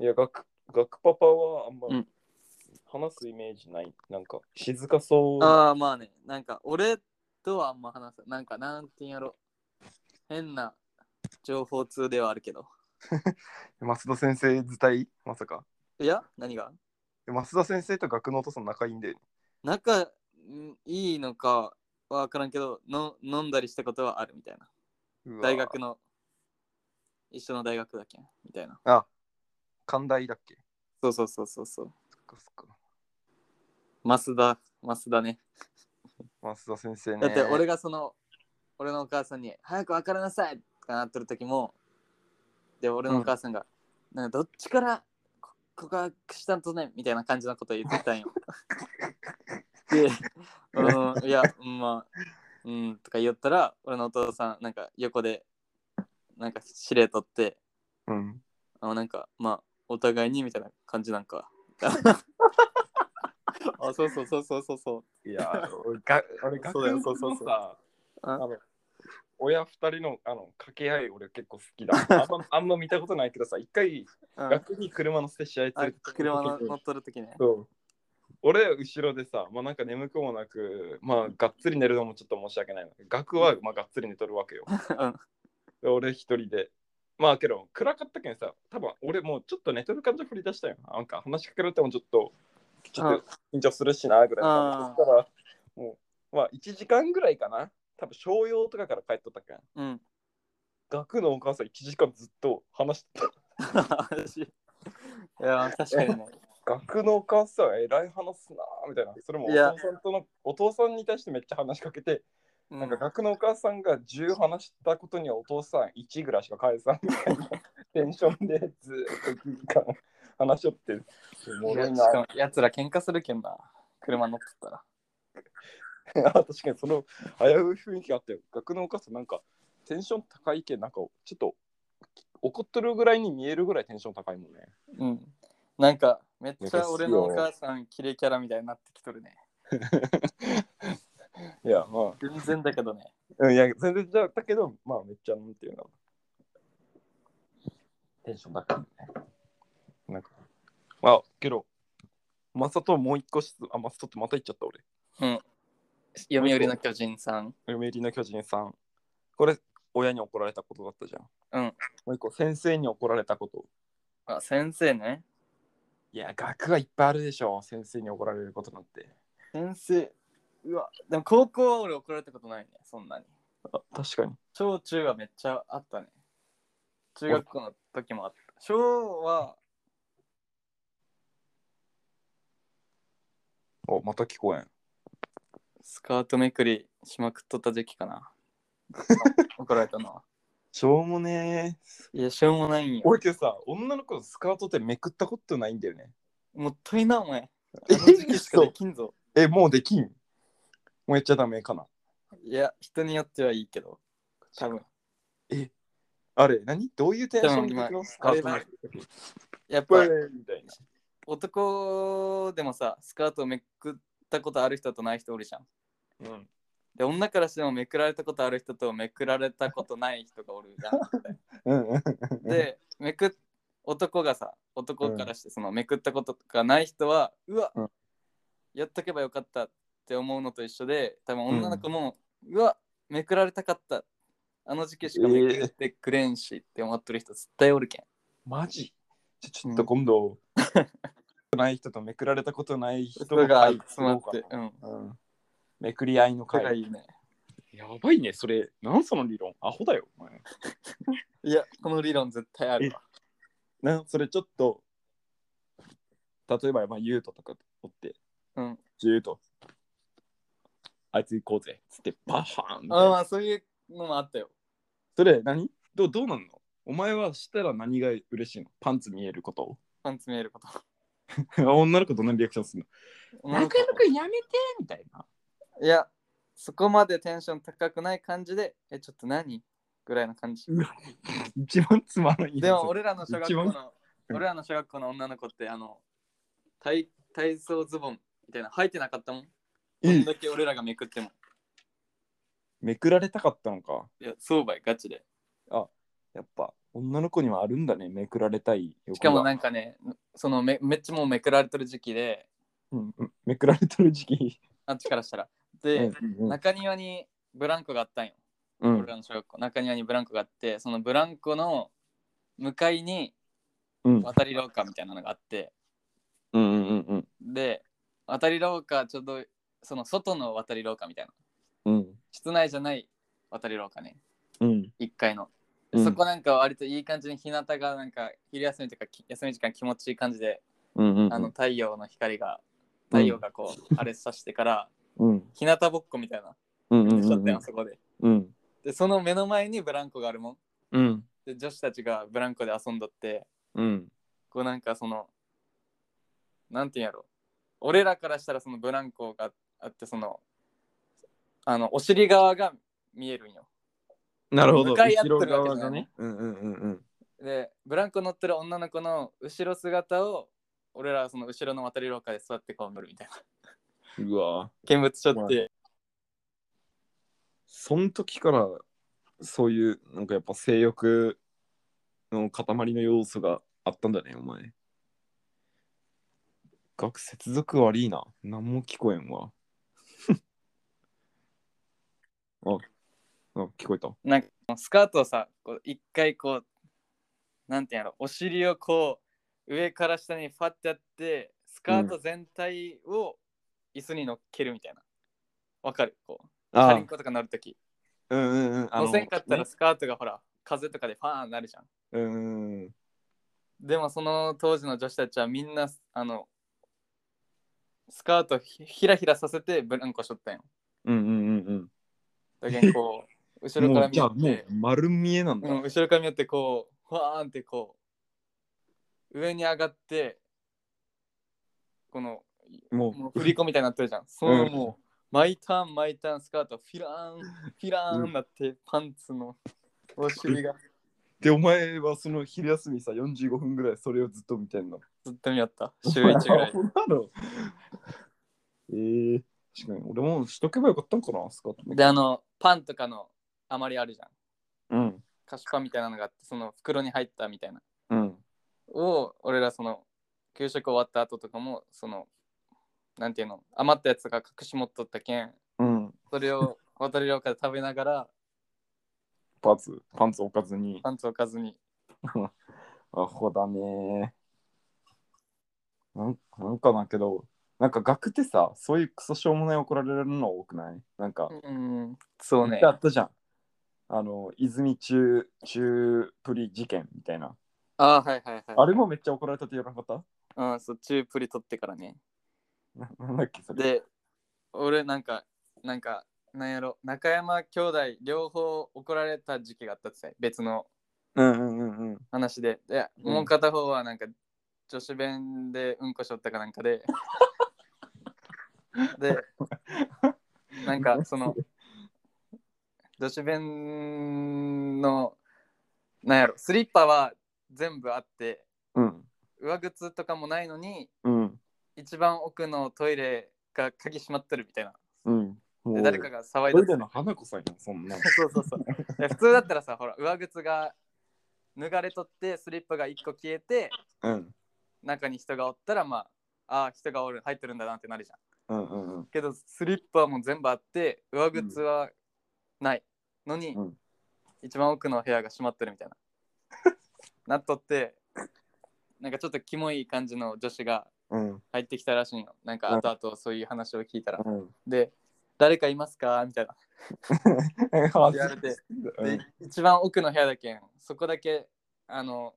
B: いや、学、学パパはあんま
A: うん
B: 話すイメージない。なんか、静かそう。
A: ああ、まあね。なんか、俺とはあんま話さん。なんか、なんていうんやろ。変な情報通ではあるけど。
B: 増田先生自体、まさか。
A: いや、何が
B: 増田先生と学のお父さん仲いいんで。
A: 仲んいいのかは分からんけどの、飲んだりしたことはあるみたいな。大学の、一緒の大学だけんみたいな。
B: 寛大だっけ
A: そうそうそうそうそう。
B: そっかそっか。
A: 増田、増田ね。
B: 増田先生ね
A: だって俺がその、俺のお母さんに「早く分からなさい!」とかなってる時もで俺のお母さんが、なんかどっちからこ告白したんとねみたいな感じのことを言ってたん よ。で、うん、いやまあうんとか言ったら俺のお父さんなんか横でなんか指令取って
B: うん。
A: あなんかまあお互いにみたいな感じなん か。あそうそうそうそうそうそう。
B: いや、 俺、が俺
A: そうだよ
B: 学
A: そうそう
B: の
A: そ
B: さ、
A: あ
B: あの親二人のあの掛け合い俺結構好きだ。あんまあんま見たことないけどさ、一回
A: うん
B: 楽に車乗せて試合連
A: あ
B: れてった時に
A: 車の乗っとる時ね。
B: そう俺後ろでさ、まあなんか眠くもなく、まあがっつり寝るのもちょっと申し訳ないな。学はまあがっつり寝とるわけよ。
A: うん
B: で俺一人で。まあけど暗かったけんさ、多分俺もうちょっと寝とる感じ振り出したよ。なんか話しかけられてもちょっと、ちょっと緊張するしなぐらいの感じ。
A: あ
B: そしたら、もう、まあ1時間ぐらいかな。多分商用とかから帰っとったけん
A: うん。
B: 学のお母さん1時間ずっと話してた
A: 私いや、確かに ね。
B: 学のお母さんは偉い話すなーみたいなそれもお
A: いや
B: 父さんとのお父さんに対してめっちゃ話しかけて
A: う
B: なんか学のお母さんが10話したことにはお父さん1ぐらいしか返さんみ たいなテンションでずーっと1時間話し合ってる。おもろい
A: ん、
B: な
A: しかもやつら喧嘩するけんな。車乗ってたら。
B: あ 確かにその危うい雰囲気があったよ。学のお母さんなんかテンション高いけんなんかちょっと怒っとるぐらいに見えるぐらいテンション高いもんね。
A: うん。なんか、めっ
B: なん
A: ち
B: か
A: ゃ俺のお
B: すごい
A: 母さん、キレイキャラみたいになってきとるね。
B: いやま
A: 全然だけどね。
B: あ、うん、いや全然じゃだけどまあめっちゃなんていうのテンション高いね。なんかまあけどマサトもう一個質あマサトってまた言っちゃった俺。
A: 読売の巨人さん。
B: 嫁入りの巨人さん。これ親に怒られたことだったじゃん。
A: うん。
B: もう一個先生に怒られたこと。
A: あ、先生ね。
B: いや、学はいっぱいあるでしょ、先生に怒られることなんて。
A: 先生。うわ、でも高校は俺怒られたことないね、そんなに。
B: あ確かに。
A: 小中はめっちゃあったね。中学校の時もあった。小は、
B: お、また聞こえん。
A: スカートめくりしまくっとった時期か な。怒られたのは。
B: しょうもねー。
A: いや、しょうもないんよ。
B: 俺けどさ、女の子のスカートってめくったことないんだよね。
A: もったいな、お前。
B: え
A: あの時期しか
B: 嘘
A: できんぞ。
B: え、もうできん。もうやっちゃダメかな。
A: いや、人によってはいいけど、多分。
B: あれ、何どういうテンション
A: でも今
B: のスカート
A: あ
B: め
A: れ
B: くった時
A: やっ
B: ブ
A: ぱ
B: ーみたいな。
A: 男でもさ、スカートをめくったことある人とない人おるじゃん。
B: うん、
A: で、女からしてもめくられたことある人とめくられたことない人がおるじゃん。
B: うんうん
A: で、めくっ男がさ、男からしてそのめくったことがない人は、うわ、
B: うん
A: やっとけばよかったって思うのと一緒で、多分女の子も、うわ、めくられたかった。あの時期しかめくってくれんしって思ってる人絶対おるけん。
B: マジちょちょっと今度、ない人とめくられたことない人
A: 人が
B: 会
A: 集まって
B: 作、ろうか
A: うん。
B: なうん。めくり合いの
A: それが
B: 会。
A: いいね。
B: やばいね、それ。なんその理論アホだよ、お前。
A: いや、この理論絶対あるわ。
B: なそれちょっと例えば、まあ、ユートとかおって
A: うん。
B: ジュートあいつ行こうぜつってバハーンみたい
A: あ
B: な
A: まあ、そういうのもあったよ。
B: それ何どうどうなんのお前はしたら何が嬉しいのパンツ見えること
A: パンツ見えること。
B: 女の子どんなリアクションするの
A: なんか
B: やめてみたいない
A: や、そこまでテンション高くない感じで、え、ちょっと何ぐらいの感じ。
B: うわ一番つまらない
A: でも俺らの小学校
B: 一
A: の
B: うん
A: 俺らの小学校の女の子ってあの体体操ズボンみたいな履いてなかったもん。どん
B: え
A: だけ俺らがめくっても。
B: めくられたかったのか
A: いや、そうばいガチで。
B: やっぱ女の子にはあるんだねめくられたい欲が
A: しかもなんかね、そのめめっちゃもうめくられてる時期で、
B: うんうんめくられてる時期
A: あっちからしたら。
B: うん
A: で、
B: うん
A: 中庭にブランコがあったんよ。
B: うん
A: 俺らの小学校。中庭にブランコがあって、そのブランコの向かいに
B: うん
A: 渡り廊下みたいなのがあって、
B: うんうんうんうん
A: で、渡り廊下ちょうどその外の渡り廊下みたいな。
B: うん
A: 室内じゃない渡り廊下ね。
B: うん
A: 1階の、
B: うん
A: そこなんか割といい感じに日向がなんか昼休みとかき休み時間気持ちいい感じで、
B: うんうんうん
A: あの太陽の光が太陽がこう、あれさしてから
B: うん
A: 日向ぼっこみたいな
B: うんうん
A: しちゃっ
B: う
A: たよ、
B: ん
A: そこで
B: うん
A: でその目の前にブランコがあるもん
B: うん
A: で女子たちがブランコで遊んどって
B: うん
A: こうなんかそのなんていうんやろ俺らからしたらそのブランコがあってそのあのお尻側が見えるんよ
B: なるほど
A: 向かい合っ
B: 後
A: てる
B: ろ
A: わけじゃない
B: 側がねうんうんうんうん
A: でブランコ乗ってる女の子の後ろ姿を俺らはその後ろの渡り廊下で座ってこう見るみたいな
B: うわ
A: 見物しちゃって
B: そん時からそういうなんかやっぱ性欲の塊の要素があったんだねお前学接続悪いな何も聞こえんわ ああ聞こえた
A: なんかスカートをさこう一回こうなんていうんやろお尻をこう上から下にファッてやってスカート全体を椅子に乗っけるみたいなわ、かるこうチャリンコとか乗るとき
B: うんうんうん。あの
A: 乗せんかったら
B: ね
A: スカートがほら、風とかでファーンなるじゃん。
B: うんうんうん。
A: でもその当時の女子たちはみんな、あの、スカートひひらひらさせてブランコしとったんよ。
B: うんうんうん
A: だけんこう、後
B: うん。
A: ろか
B: も
A: ら
B: う
A: 見
B: じゃ
A: よ
B: あ
A: っ
B: もう
A: て、
B: 丸見えなんだ。
A: うん、後ろから見よってこう、ファーンってこう、上に上がって、この、
B: も
A: もう振り子みたいになってるじゃん。そのもう、毎ターン毎ターンスカート、フィラーン、フィラーンなって、パンツの、お尻が
B: う。で、お前はその昼休みさ、45分ぐらいそれをずっと見てんの。
A: ずっと見よった。週1ぐ らい。
B: そうなのえー、確かに。俺もしとけばよかったんかな、スカートね。
A: で、あの、パンとかのあまりあるじゃん。
B: うん。
A: 菓子パンみたいなのがあって、その袋に入ったみたいな。
B: うん。
A: を、俺らその、給食終わった後とかも、その、なんていうの、余ったやつが隠し持っとったけん、
B: うん。
A: それを渡り廊下で食べながら、
B: パンツ、パンツ置かずに。
A: パンツ置かずに。
B: アホだねなん。なんかだけど、なんか学ってさ、そういうクソしょうもない怒られるの多くないなんか、
A: うん、そうね
B: あ。ったじゃん。あの、泉中、中プリ事件みたいな。
A: あーはいはいはい。
B: あれもめっちゃ怒られたって言わなかっ
A: うん、そう、チュープリ取ってからね。
B: たななんだっけそれ。
A: で、俺なんか、なんか、なんやろ、中山兄弟両方怒られた時期があったってさ別の
B: うんうんうんうん。
A: 話で。で、
B: うん
A: もう片方はなんか、女子弁でうんこしょったかなんかで。 で、なんかその、女子弁の、なんやろ、スリッパは全部あって、
B: うん。
A: 上靴とかもないのに、
B: うん。
A: 一番奥のトイレが鍵閉まってるみたいな。
B: うん。も
A: で
B: う
A: 誰かが騒い
B: トイ
A: で
B: レ
A: た。
B: の花子さんやん、そんな。
A: そうそうそう。いや普通だったらさ、ほら、上靴が脱がれとって、スリッパが1個消えて、
B: うん。
A: 中に人がおったら、まあ、ああ、人がおる、入ってるんだなってなるじゃん。
B: うんうんうん。
A: けど、スリッパはもう全部あって、上靴はないのに、
B: うん
A: 一番奥の部屋が閉まってるみたいな。 なっとって、なんかちょっとキモい感じの女子が
B: うん。
A: 入ってきたらしいの。なんか後々そういう話を聞いたら。
B: うん。
A: で、誰かいますかみたいな。
B: 言
A: 言われて。
B: う
A: で
B: ん。、
A: 一番奥の部屋だけん、そこだけ、あの、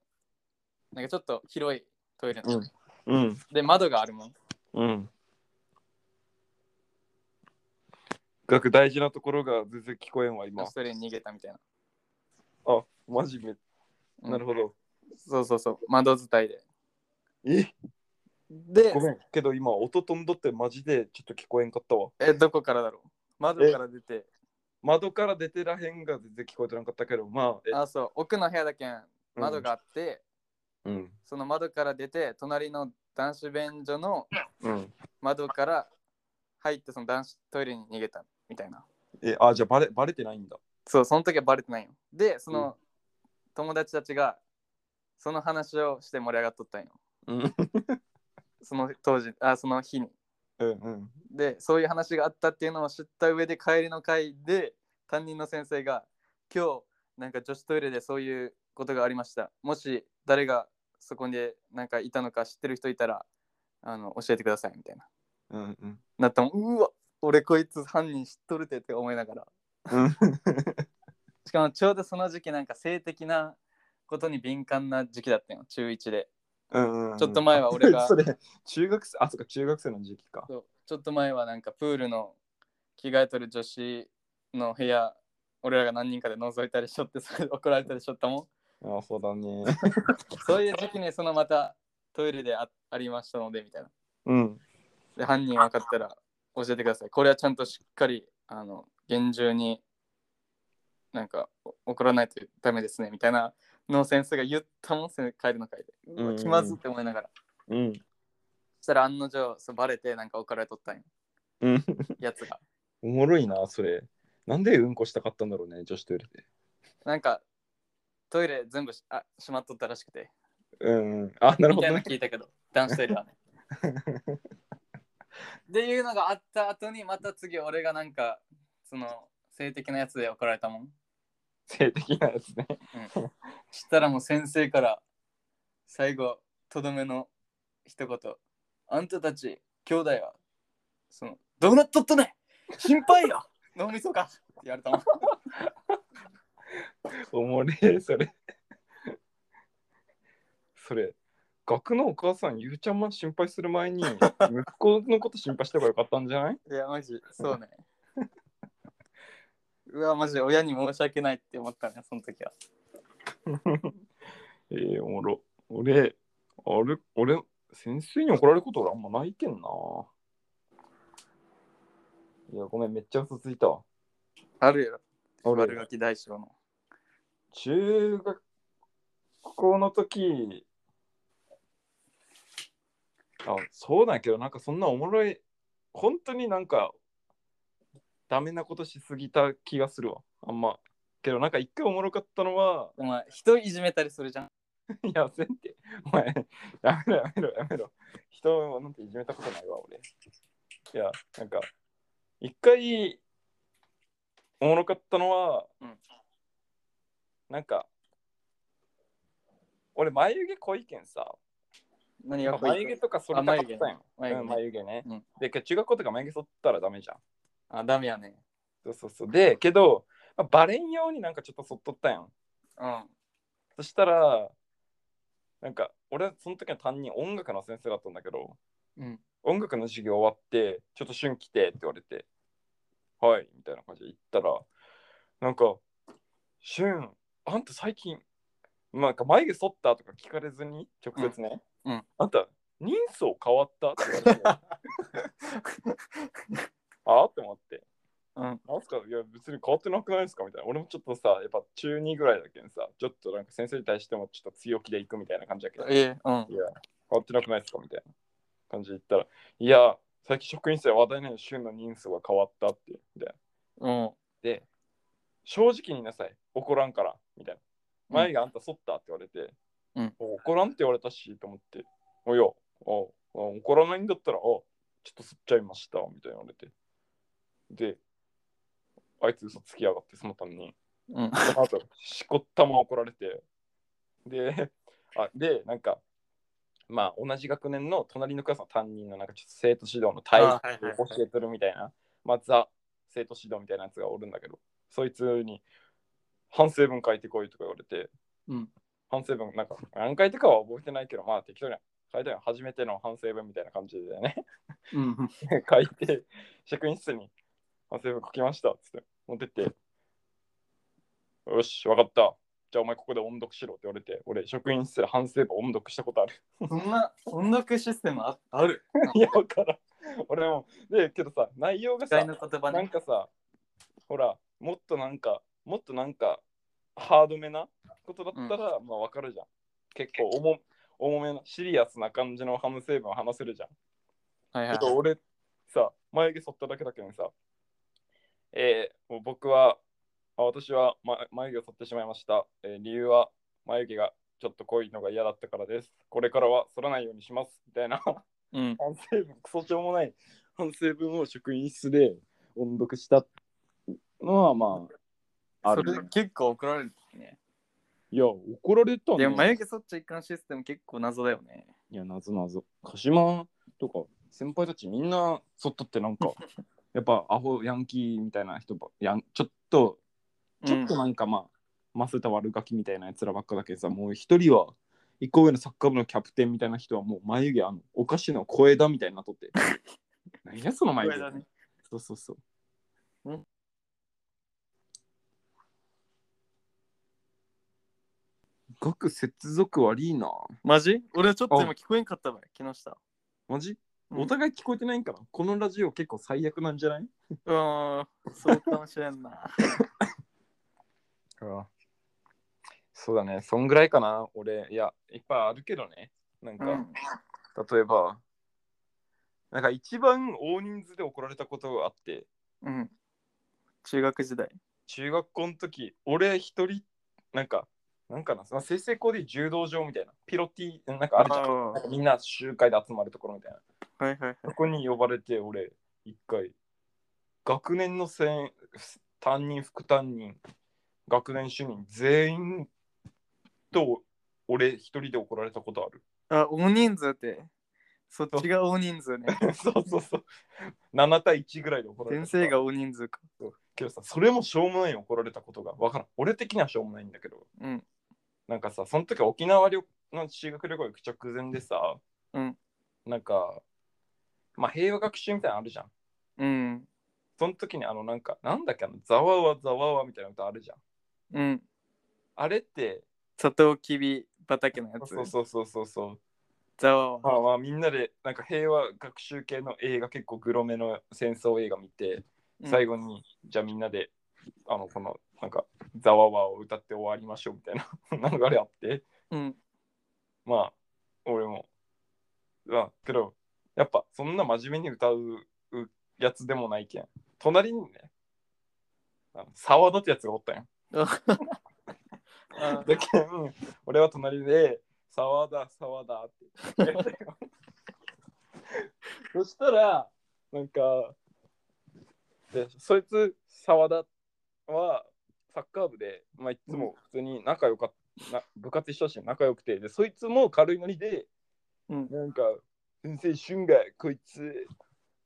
A: なんかちょっと広いトイレなの、
B: うんうん。
A: で、窓があるもん。
B: うん。学大事なところが全然聞こえんわ、今。
A: それに逃げたみたいな。
B: あ、マジめ。
A: うん
B: なるほど。
A: そうそうそう、窓伝いで。
B: え、
A: で
B: ご、めん。けど今、音飛んどってマジでちょっと聞こえんかったわ。
A: え、どこからだろう窓から出て、
B: 窓から出てらへんが全然聞こえてなかったけど、まあ、
A: あ、そう、奥の部屋だけん、
B: え
A: 窓があ。って、
B: うん。
A: その窓から出て、隣の男子便所の
B: うん。
A: 窓から入って、その男子トイレに逃げたみたいな。
B: え、あ、じゃあバレバレてないんだ。
A: そう、その時はバレてないよ。で、そうの友達たちが、その話をして盛り上がっとったんよ。
B: うん。
A: その当時、あ、その日に。
B: うんうん。
A: で、そういう話があったっていうのを知った上で、帰りの会で、担任の先生が、今日、なんか女子トイレでそういうことがありました。もし、誰がそこで、なんかいたのか知ってる人いたら、あの、教えてください、みたいな。
B: うんうん。
A: なったもん、うわ、俺こいつ犯人知っとるてって思いながら。
B: うん
A: しかも、ちょうどその時期、なんか性的なことに敏感な時期だったよ、中1で。
B: うんうん、
A: ちょっと前は俺が
B: それ中学生あそっか中学生の時期か
A: そうちょっと前はなんかプールの着替えとる女子の部屋俺らが何人かで覗いたりしょってそれで怒られたりしょったもん
B: あそうだ ね
A: そういう時期にそのまたトイレであありましたのでみたいな
B: うん
A: で犯人分かったら教えてくださいこれはちゃんとしっかりあの厳重になんかお怒らないとダメですねみたいなのを先生が言ったもん先生帰りの会でうわ
B: うん
A: 気まずって思いながら
B: うん
A: そしたら案の定そうバレてなんか怒られとったんよ
B: うん
A: やつが
B: おもろいな、それ。なんでうんこしたかったんだろうね、女子トイレで。
A: なんかトイレ全部しあ閉まっとったらしくて
B: うんうん。あ、なる
A: み
B: ほ
A: たい
B: ど
A: なの
B: ね。
A: 聞いたけど、男子トイレは ね。っていうのがあった後に、また次俺がなんか、その、性的なやつで怒られたもん。
B: 性的なやつね。
A: したらもう先生から、最後、とどめの一言、あんたたち、兄弟は、その、どうなっとったねん心配よ脳みそかって言われたもん。
B: おもれえ、それ。それ、学のお母さん、ゆうちゃんま心配する前に、息子のこと心配した方がよかったんじゃない
A: いや、マジ、そうね。うわ、マジ、親に申し訳ないって思ったね、その時は。
B: えー、おもろ。俺、あれ、俺、先生に怒られること俺あんまないけんな。いや、ごめん、めっちゃ嘘ついたわ。
A: あるよ。
B: 俺
A: 悪ガキ大将の。
B: 中学校の時あそうだけどなんかそんなおもろい本当になんかダメなことしすぎた気がするわあんまけどなんか一回おもろかったのは
A: お前、人いじめたりするじゃん。
B: いやせんってお前やめろやめろやめろ人をなんていじめたことないわ俺いやなんか一回おもろかったのは
A: うん。
B: なんか、俺、眉毛濃いけんさ。
A: 何
B: ま
A: が
B: あ
A: こいつ
B: 眉毛とか剃りたかったんよ。
A: 眉毛ね
B: うん眉毛ね。
A: うん
B: で、けど中学校とか眉毛剃ったらダメじゃん。
A: あ、ダメやね。
B: そうそうそう。で、けど、まあ、バレんようになんかちょっと剃っとったやん。
A: うん。
B: そしたら、なんか、俺、その時の担任、音楽の先生だったんだけど、
A: うん。
B: 音楽の授業終わって、ちょっと旬来てって言われて、はい、みたいな感じで言ったら、なんか、旬、あんた最近、なんか眉毛剃ったとか聞かれずに、直接ね、
A: うんうん
B: あんた、人相変わったって言われ て、ああって思って、
A: うん。
B: なんすか、いや、別に変わってなくないですかみたいな。俺もちょっとさ、やっぱ中2ぐらいだけんさ、ちょっとなんか先生に対してもちょっと強気でいくみたいな感じだけど。
A: ええ、うん。
B: いや、変わってなくないですかみたいな感じで言ったら、いや、最近職員生話題ない週の人数が変わったって、みたいな。
A: うん。
B: で、正直に言いなさい、怒らんから、みたいな。前があんた剃ったって言われて、
A: うん
B: お怒らんって言われたし、と思って、およ、おお怒らないんだったら、おちょっと剃っちゃいました、みたいな言われて。で、あいつ嘘つきやがって、そのために。
A: うん。
B: あと、しこったま怒られて。で、あで、なんか、まあ、同じ学年の隣のクラスの担任の、なんか、ちょっと生徒指導の体
A: あはいはい
B: 育を教えてるみたいな、まあ、ザ、生徒指導みたいなやつがおるんだけど、そいつに、反省文書いてこいとか言われて、
A: うん。
B: 反省文、なんか、何回とかは覚えてないけど、まあ、適当に書いたよ。初めての反省文みたいな感じでね。
A: うん。
B: 書いて、職員室に、あ、そういえば書きましたっつって、持ってって、よし、わかった。じゃあお前ここで音読しろって言われて、俺、職員室で反省文音読したことある。
A: そんな音読システムあある
B: いや、わからん。俺も、で、けどさ、内容が
A: 使
B: さ
A: い、の言葉
B: なん
A: ね。
B: かさ、ほら、もっとなんか、もっとなんか、ハードめなことだったら、まあわかるじゃん。結構重、重めな、シリアスな感じの反省文を話せるじゃん。
A: はいは
B: け
A: い。
B: ど俺さ、眉毛剃っただけだけどさ、えー、もう僕は、あ私は、ま、眉毛を剃ってしまいました、えー理由は眉毛がちょっと濃いのが嫌だったからです。これからは剃らないようにします。みたいな 反
A: うん。
B: 省文、クソしょうもない反省文を職員室で音読したのはまあ、あ
A: そ
B: るね、
A: れ結構怒られるね。
B: いや、怒られた
A: でも
B: ね。
A: 眉毛剃っちゃいかんシステム結構謎だよね。
B: いや、なぞなぞ。鹿島とか、先輩たちみんな、そっとってなん か、やっぱアホ、ヤンキーみたいな人ば、やんちょっと、ちょっとなんかまあ、マスタ悪ガキみたいなやつらばっかだけどさ、もう一人は、一個上のサッカー部のキャプテンみたいな人はもう眉毛あの、お菓子の小枝みたいになっと って。何やその眉毛
A: 小枝ね。
B: そうそうそう。学接続悪いな。
A: マジ俺はちょっと今聞こえんかったわ、木下。
B: マジ
A: うん
B: お互い聞こえてないんかな、このラジオ結構最悪なんじゃないう
A: ーん、そうかもしれ んな。
B: そうだね、そんぐらいかな、俺。いや、いっぱいあるけどね。なんか、
A: うん、
B: 例えば、なんか一番大人数で怒られたことがあって、
A: うん。中学時代。
B: 中学校の時、俺一人、なんか、なんかな、まあ、先生校で柔道場みたいな、ピロティ、なんかあるじゃん。
A: あ
B: なんかみんな集会で集まるところみたいな。
A: あはいはいはい。
B: そこに呼ばれて、俺、一回、学年のせん担任、副担任、学年主任、全員と俺一人で怒られたことある。
A: あ、大人数って。そっちが大人数ね。
B: そうそうそう。7対1ぐらいで怒られ
A: 先
B: た。
A: 生が大人数か。
B: けどさそれもしょうもない怒られたことがわからん俺的にはしょうもないんだけど
A: うん
B: なんかさその時沖縄旅の修学旅行行く直前でさ、
A: うん
B: なんかまあ平和学習みたいなのあるじゃん
A: うん
B: その時にあのなんかなんだっけあのざわわざわわみたいな歌あるじゃん
A: うん
B: あれって
A: サトウキビ畑のやつ
B: そうそうそうそうそう
A: ざわ
B: ま
A: わ
B: あまあみんなでなんか平和学習系の映画結構グロめの戦争映画見て最後に、じゃあみんなであのこのなんかざわわを歌って終わりましょうみたいな 流れあって
A: うん
B: まあ俺もまあけどやっぱそんな真面目に歌ううやつでもないけん隣にねあの沢田ってやつがおったんや
A: あ
B: だけん俺は隣で沢田沢田って言って たよそしたらなんかでそいつ沢田はサッカー部で、まあ、いつも普通に仲良かった、な部活一緒だし仲良くてでそいつも軽いノリで
A: うん
B: なんか先生俊がこいつ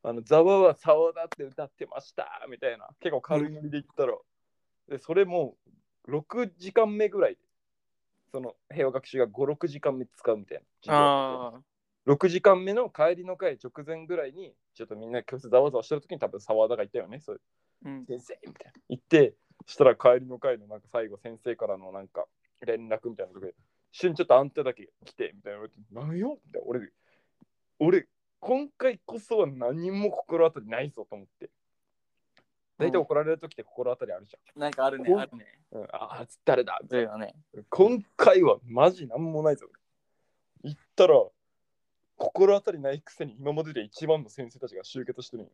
B: あのざわは沢田って歌ってましたみたいな結構軽いノリで言ったら、でそれも6時間目ぐらいでその平和学習が56時間目使うみたいな
A: あー
B: 6時間目の帰りの会直前ぐらいにちょっとみんな教室ざわざわしてる時に多分沢田がいたよねそう
A: うん
B: 先生みたいな言ってそしたら帰りの会のなんか最後先生からのなんか連絡みたいなとこで「瞬ちょっとあんただけ来て」みたいな言われて何よ?」みたいな俺俺今回こそは何も心当たりないぞと思って大体怒られる時って心当たりあるじ
A: なんかあるね
B: こ
A: あるね
B: ゃん、うん、ああ誰だみたい
A: そう
B: な
A: よね
B: 今回はマジなんもないぞ。行ったら、心当たりないくせに今までで一番の先生たちが集結してるんよ。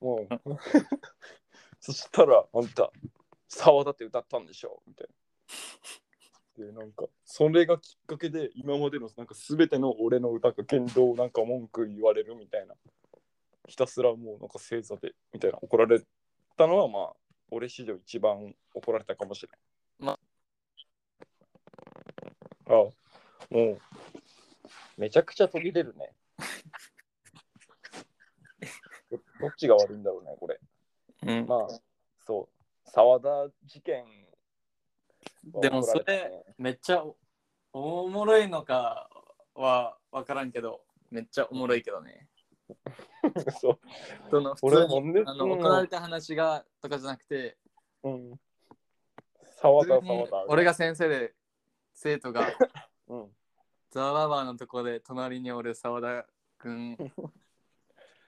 B: もう。 そしたら、あんた、沢田って歌ったんでしょみたいな。で、なんか、それがきっかけで、今までのなんか全ての俺の歌が言動なんか文句言われるみたいな。ひたすらもうなんか正座で、みたいな怒られたのは、まあ、俺史上一番怒られたかもしれないあもう、めちゃくちゃ途切れるね。どどっちが悪いんだろうね、これ。
A: うん
B: まあ、そう、沢田事件は
A: でもそれ
B: 怒らたね
A: めっちゃおおもろいのかは分からんけどめっちゃおもろいけどね。
B: そう、
A: その普
B: 俺
A: 通
B: も
A: に
B: ね、
A: あの怒られた話がとかじゃなくて
B: うん、沢
A: 普
B: 田、
A: 通
B: 沢
A: に
B: 田。
A: 俺が先生で生徒が
B: うん、
A: ザワワーのとこで隣に俺沢田くん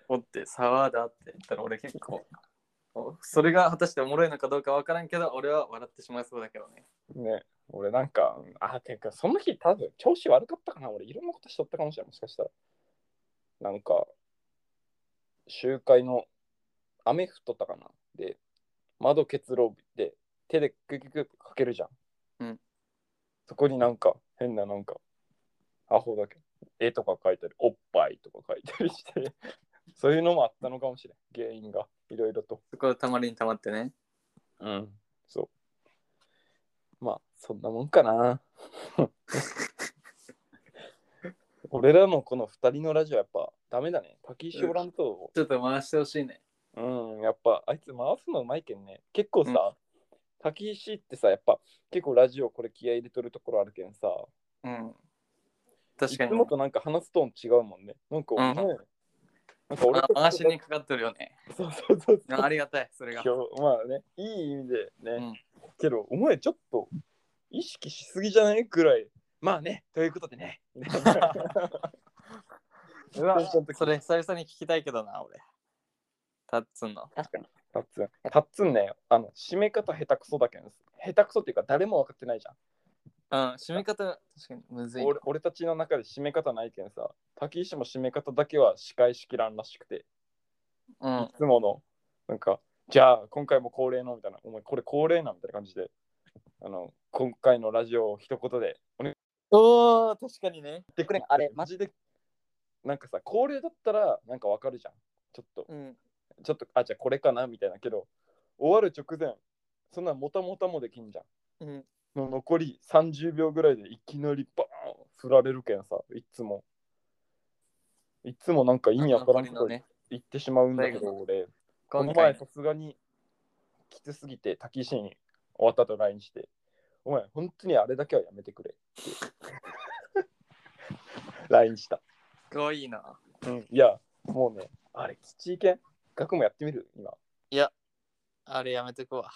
A: おって沢田って言ったら俺結構おそれが果たしておもろいのかどうか分からんけど俺は笑ってしまいそうだけどね。
B: ね、俺なんか、あ、てか、その日多分、調子悪かったかな、俺、いろんなことしとったかもしれない、もしかしたら。なんか、集会の雨降っとったかな。で、窓結露で、手でククククかけるじゃん。
A: うん
B: そこになんか、変ななんか、アホだけど、絵とか書いたり、おっぱいとか書いたりして、 そういうのもあったのかもしれん、原因が、いろいろと。
A: そこたまりにたまってね。
B: うん。そう。まあ、そんなもんか な。俺らのこの2人のラジオやっぱダメだね。滝石おらんと、
A: ちょっと回してほしいね。
B: うん、やっぱあいつ回すのうまいけんね。結構さ、滝石ってさ、やっぱ結構ラジオこれ気合い入れとるところあるけんさ、
A: うん。
B: い
A: 確か
B: つ
A: に。
B: もとなんか話すトーン違うもんね。なんか、
A: うん
B: ねなんか俺
A: ま
B: た
A: あ
B: ち
A: 回しにかかってるよね。
B: そうそうそうそう。
A: ありがたい、それが。
B: 今日まあねいい意味でね、
A: うん
B: けどお前ちょっと意識しすぎじゃないくらいまあねということでね
A: うわそれ久々に聞きたいけどな、俺。タッツンの。
B: 確かにタッツンタッツンねあの締め方下手くそだけん下手くそっていうか誰も分かってないじゃん
A: うん、締め方、確かにむずいな。
B: 俺俺たちの中で締め方ないけんさ滝石も締め方だけは司会しきらんらしくて
A: うん
B: い。つもの、なんか、じゃあ、今回も恒例のみたいな、お前、これ恒例なみたいな感じで、あの、今回のラジオを一言で、お願い
A: おー、確かにね。
B: してくれ。
A: あれ
B: マジで、なんかさ、恒例だったら、なんかわかるじゃん。ちょっと、
A: うん。
B: ちょっと、あ、じゃあこれかなみたいなけど、終わる直前、そんなもたもたもできんじゃん。
A: うん。
B: の残り30秒ぐらいでいきなりバーン振られるけんさ、いつも。いつもなんか意味わからんこと
A: ね。
B: 言ってしまうんだけど、俺。この前
A: 今回
B: さすがにきつすぎて滝石に終わったと LINE して「お前本当にあれだけはやめてくれ」って LINE した、
A: かわいいな。
B: うん、いやもうねあれきちいけん学もやってみる今
A: あれやめてこわ。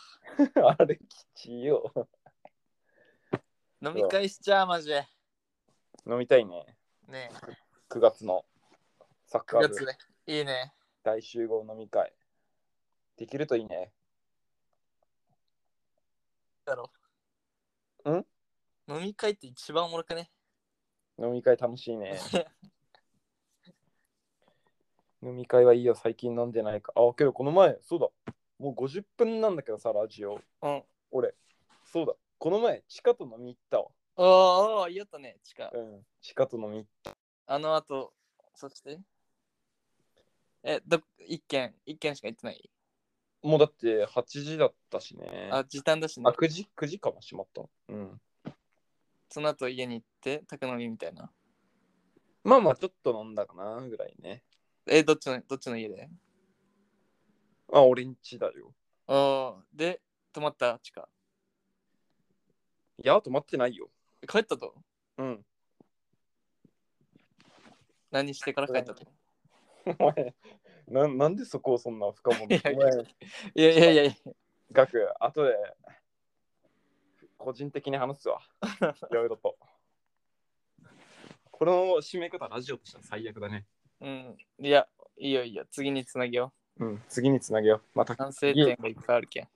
B: あれきちいよ
A: 飲み会しちゃう、マジで。
B: 飲みたいね
A: ねえ、
B: 9月のサッカ
A: 9
B: ー
A: 月
B: 部
A: で。いいね。
B: 大集合飲み会できるといいね
A: だろ。
B: ん
A: 飲み会って一番おもろくね。
B: 飲み会楽しい ね飲み会はいいよ最近飲んでないかあけどこの前そうだもう50分なんだけどさラジオ
A: うん。
B: そうだこの前地下と飲み行ったわ
A: おーおー、言おったね、ちか。
B: うん地下と飲み行っ
A: あの後、そして。え、ど、一軒、一軒しか行ってない。
B: たもうだって8時だったしね
A: あ、時短だしね
B: あ。9時9時かもしまったのうん
A: その後家に行って、宅飲みみたいな。
B: まあまあちょっと飲んだかなぐらいね
A: え、どっちの、どっちの家で
B: あ俺んちだよ
A: おおー、で、泊まった、ちか。
B: いや止まってないよ
A: 帰ったと
B: うん
A: 何してから帰ったと
B: お前な、なんでそこをそんな深掘
A: い
B: り
A: や
B: お前、
A: いやいやいやいや。
B: ガク、後で、個人的に話す わ。いろいろと。この締め方、ラジオとしては最悪だね。
A: うん。いや、いいよいいよ。次につなげよ
B: うん、次につなげよう。また
A: う。、反省点がいっぱいあるけん。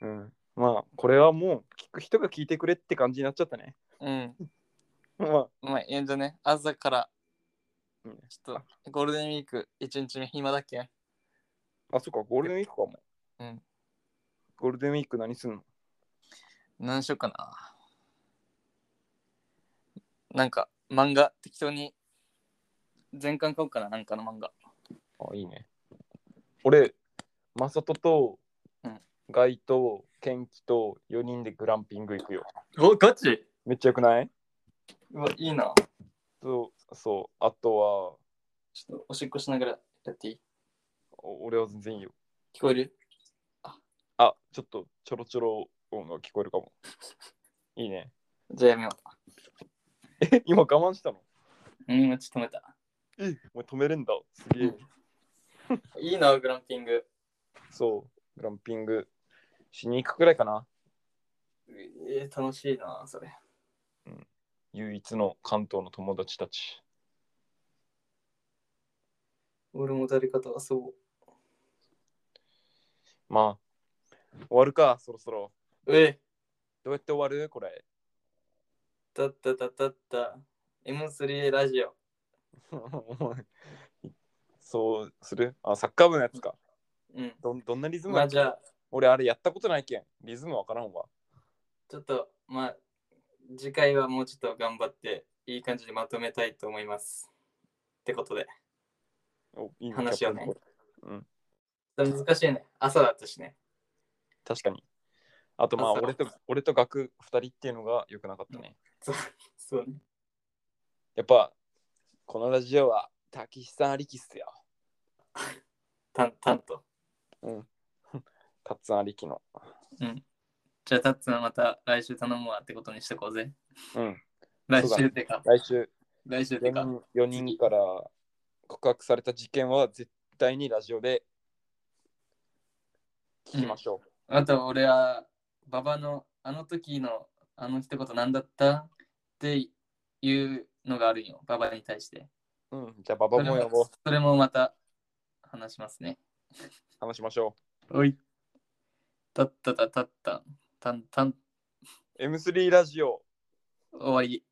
B: うん。まあ、これはもう、聞く人が聞いてくれって感じになっちゃったね。
A: うん。
B: まあ、
A: うまい。えんじゃね。朝から
B: うん、
A: ちょっと、ゴールデンウィーク、一日目暇だけん。
B: あ、そっか、ゴールデンウィークかも。
A: うん。
B: ゴールデンウィーク何すんの
A: 何しようかな。なんか、漫画、適当に、全巻買おうかな、なんかの漫画。
B: あ、いいね。俺、マサトと
A: うん、
B: ガイと、ケンキと、4人でグランピング行くよ。
A: お、ガチ
B: めっちゃよくないう
A: わ、いいな。
B: そう、そう。あとは、
A: ちょっと、おしっこしながらやっていい
B: お俺は全然いいよ。
A: 聞こえる
B: あ、ちょっとちょろちょろ音が聞こえるかも。いいね。
A: じゃあやめよ
B: え、今我慢したの
A: う。うん、ちょっと止めた。
B: え、お前止めれんだ。すげえ。
A: いいな、グランピング。
B: そう、グランピングしに行くくらいかな。
A: えー、楽しいな、それ。
B: 唯一の関東の友達たち。
A: 俺も誰かと遊ぼ
B: まあ、終わるか、そろそろ。
A: う。え
B: どうやって終わるこれ。
A: たったたたった。M3 ラジオ。
B: そうするあ、サッカー部のやつか。
A: うん。
B: どんどんなリズム
A: ま
B: だ
A: あ
B: っけ
A: じゃあ、
B: 俺、あれやったことないけん。リズムわからんわ。
A: ちょっと、まあ、次回はもうちょっと頑張って、いい感じにまとめたいと思います。ってことで。
B: おいいね
A: 話をね難しいね。朝だったしね。
B: 確かに。あとまあ、
A: 朝
B: 俺と、俺と学2人っていうのが良くなかったね。
A: そうね。
B: やっぱ、このラジオは、たきしさんありきっすよ。
A: たんたんと。
B: たっつんありきの。
A: じゃあ、たっつんはまた来週頼むわってことにしとこうぜ。
B: うん。
A: 来週ってか、
B: 来週、
A: 来週って
B: 4
A: か。
B: 人四人から告白された事件は、絶対にラジオで聞きましょう。
A: あと俺は、馬場のあの時のあの一言なんだったっていうのがあるんよ、馬場に対して。
B: うん。じゃあ、ババ
A: それ
B: もや
A: も
B: を
A: それもまた話しますね。
B: 話しましょ
A: おい。たったたたった、たんたん、
B: う。M3 ラジオ。
A: 終わり。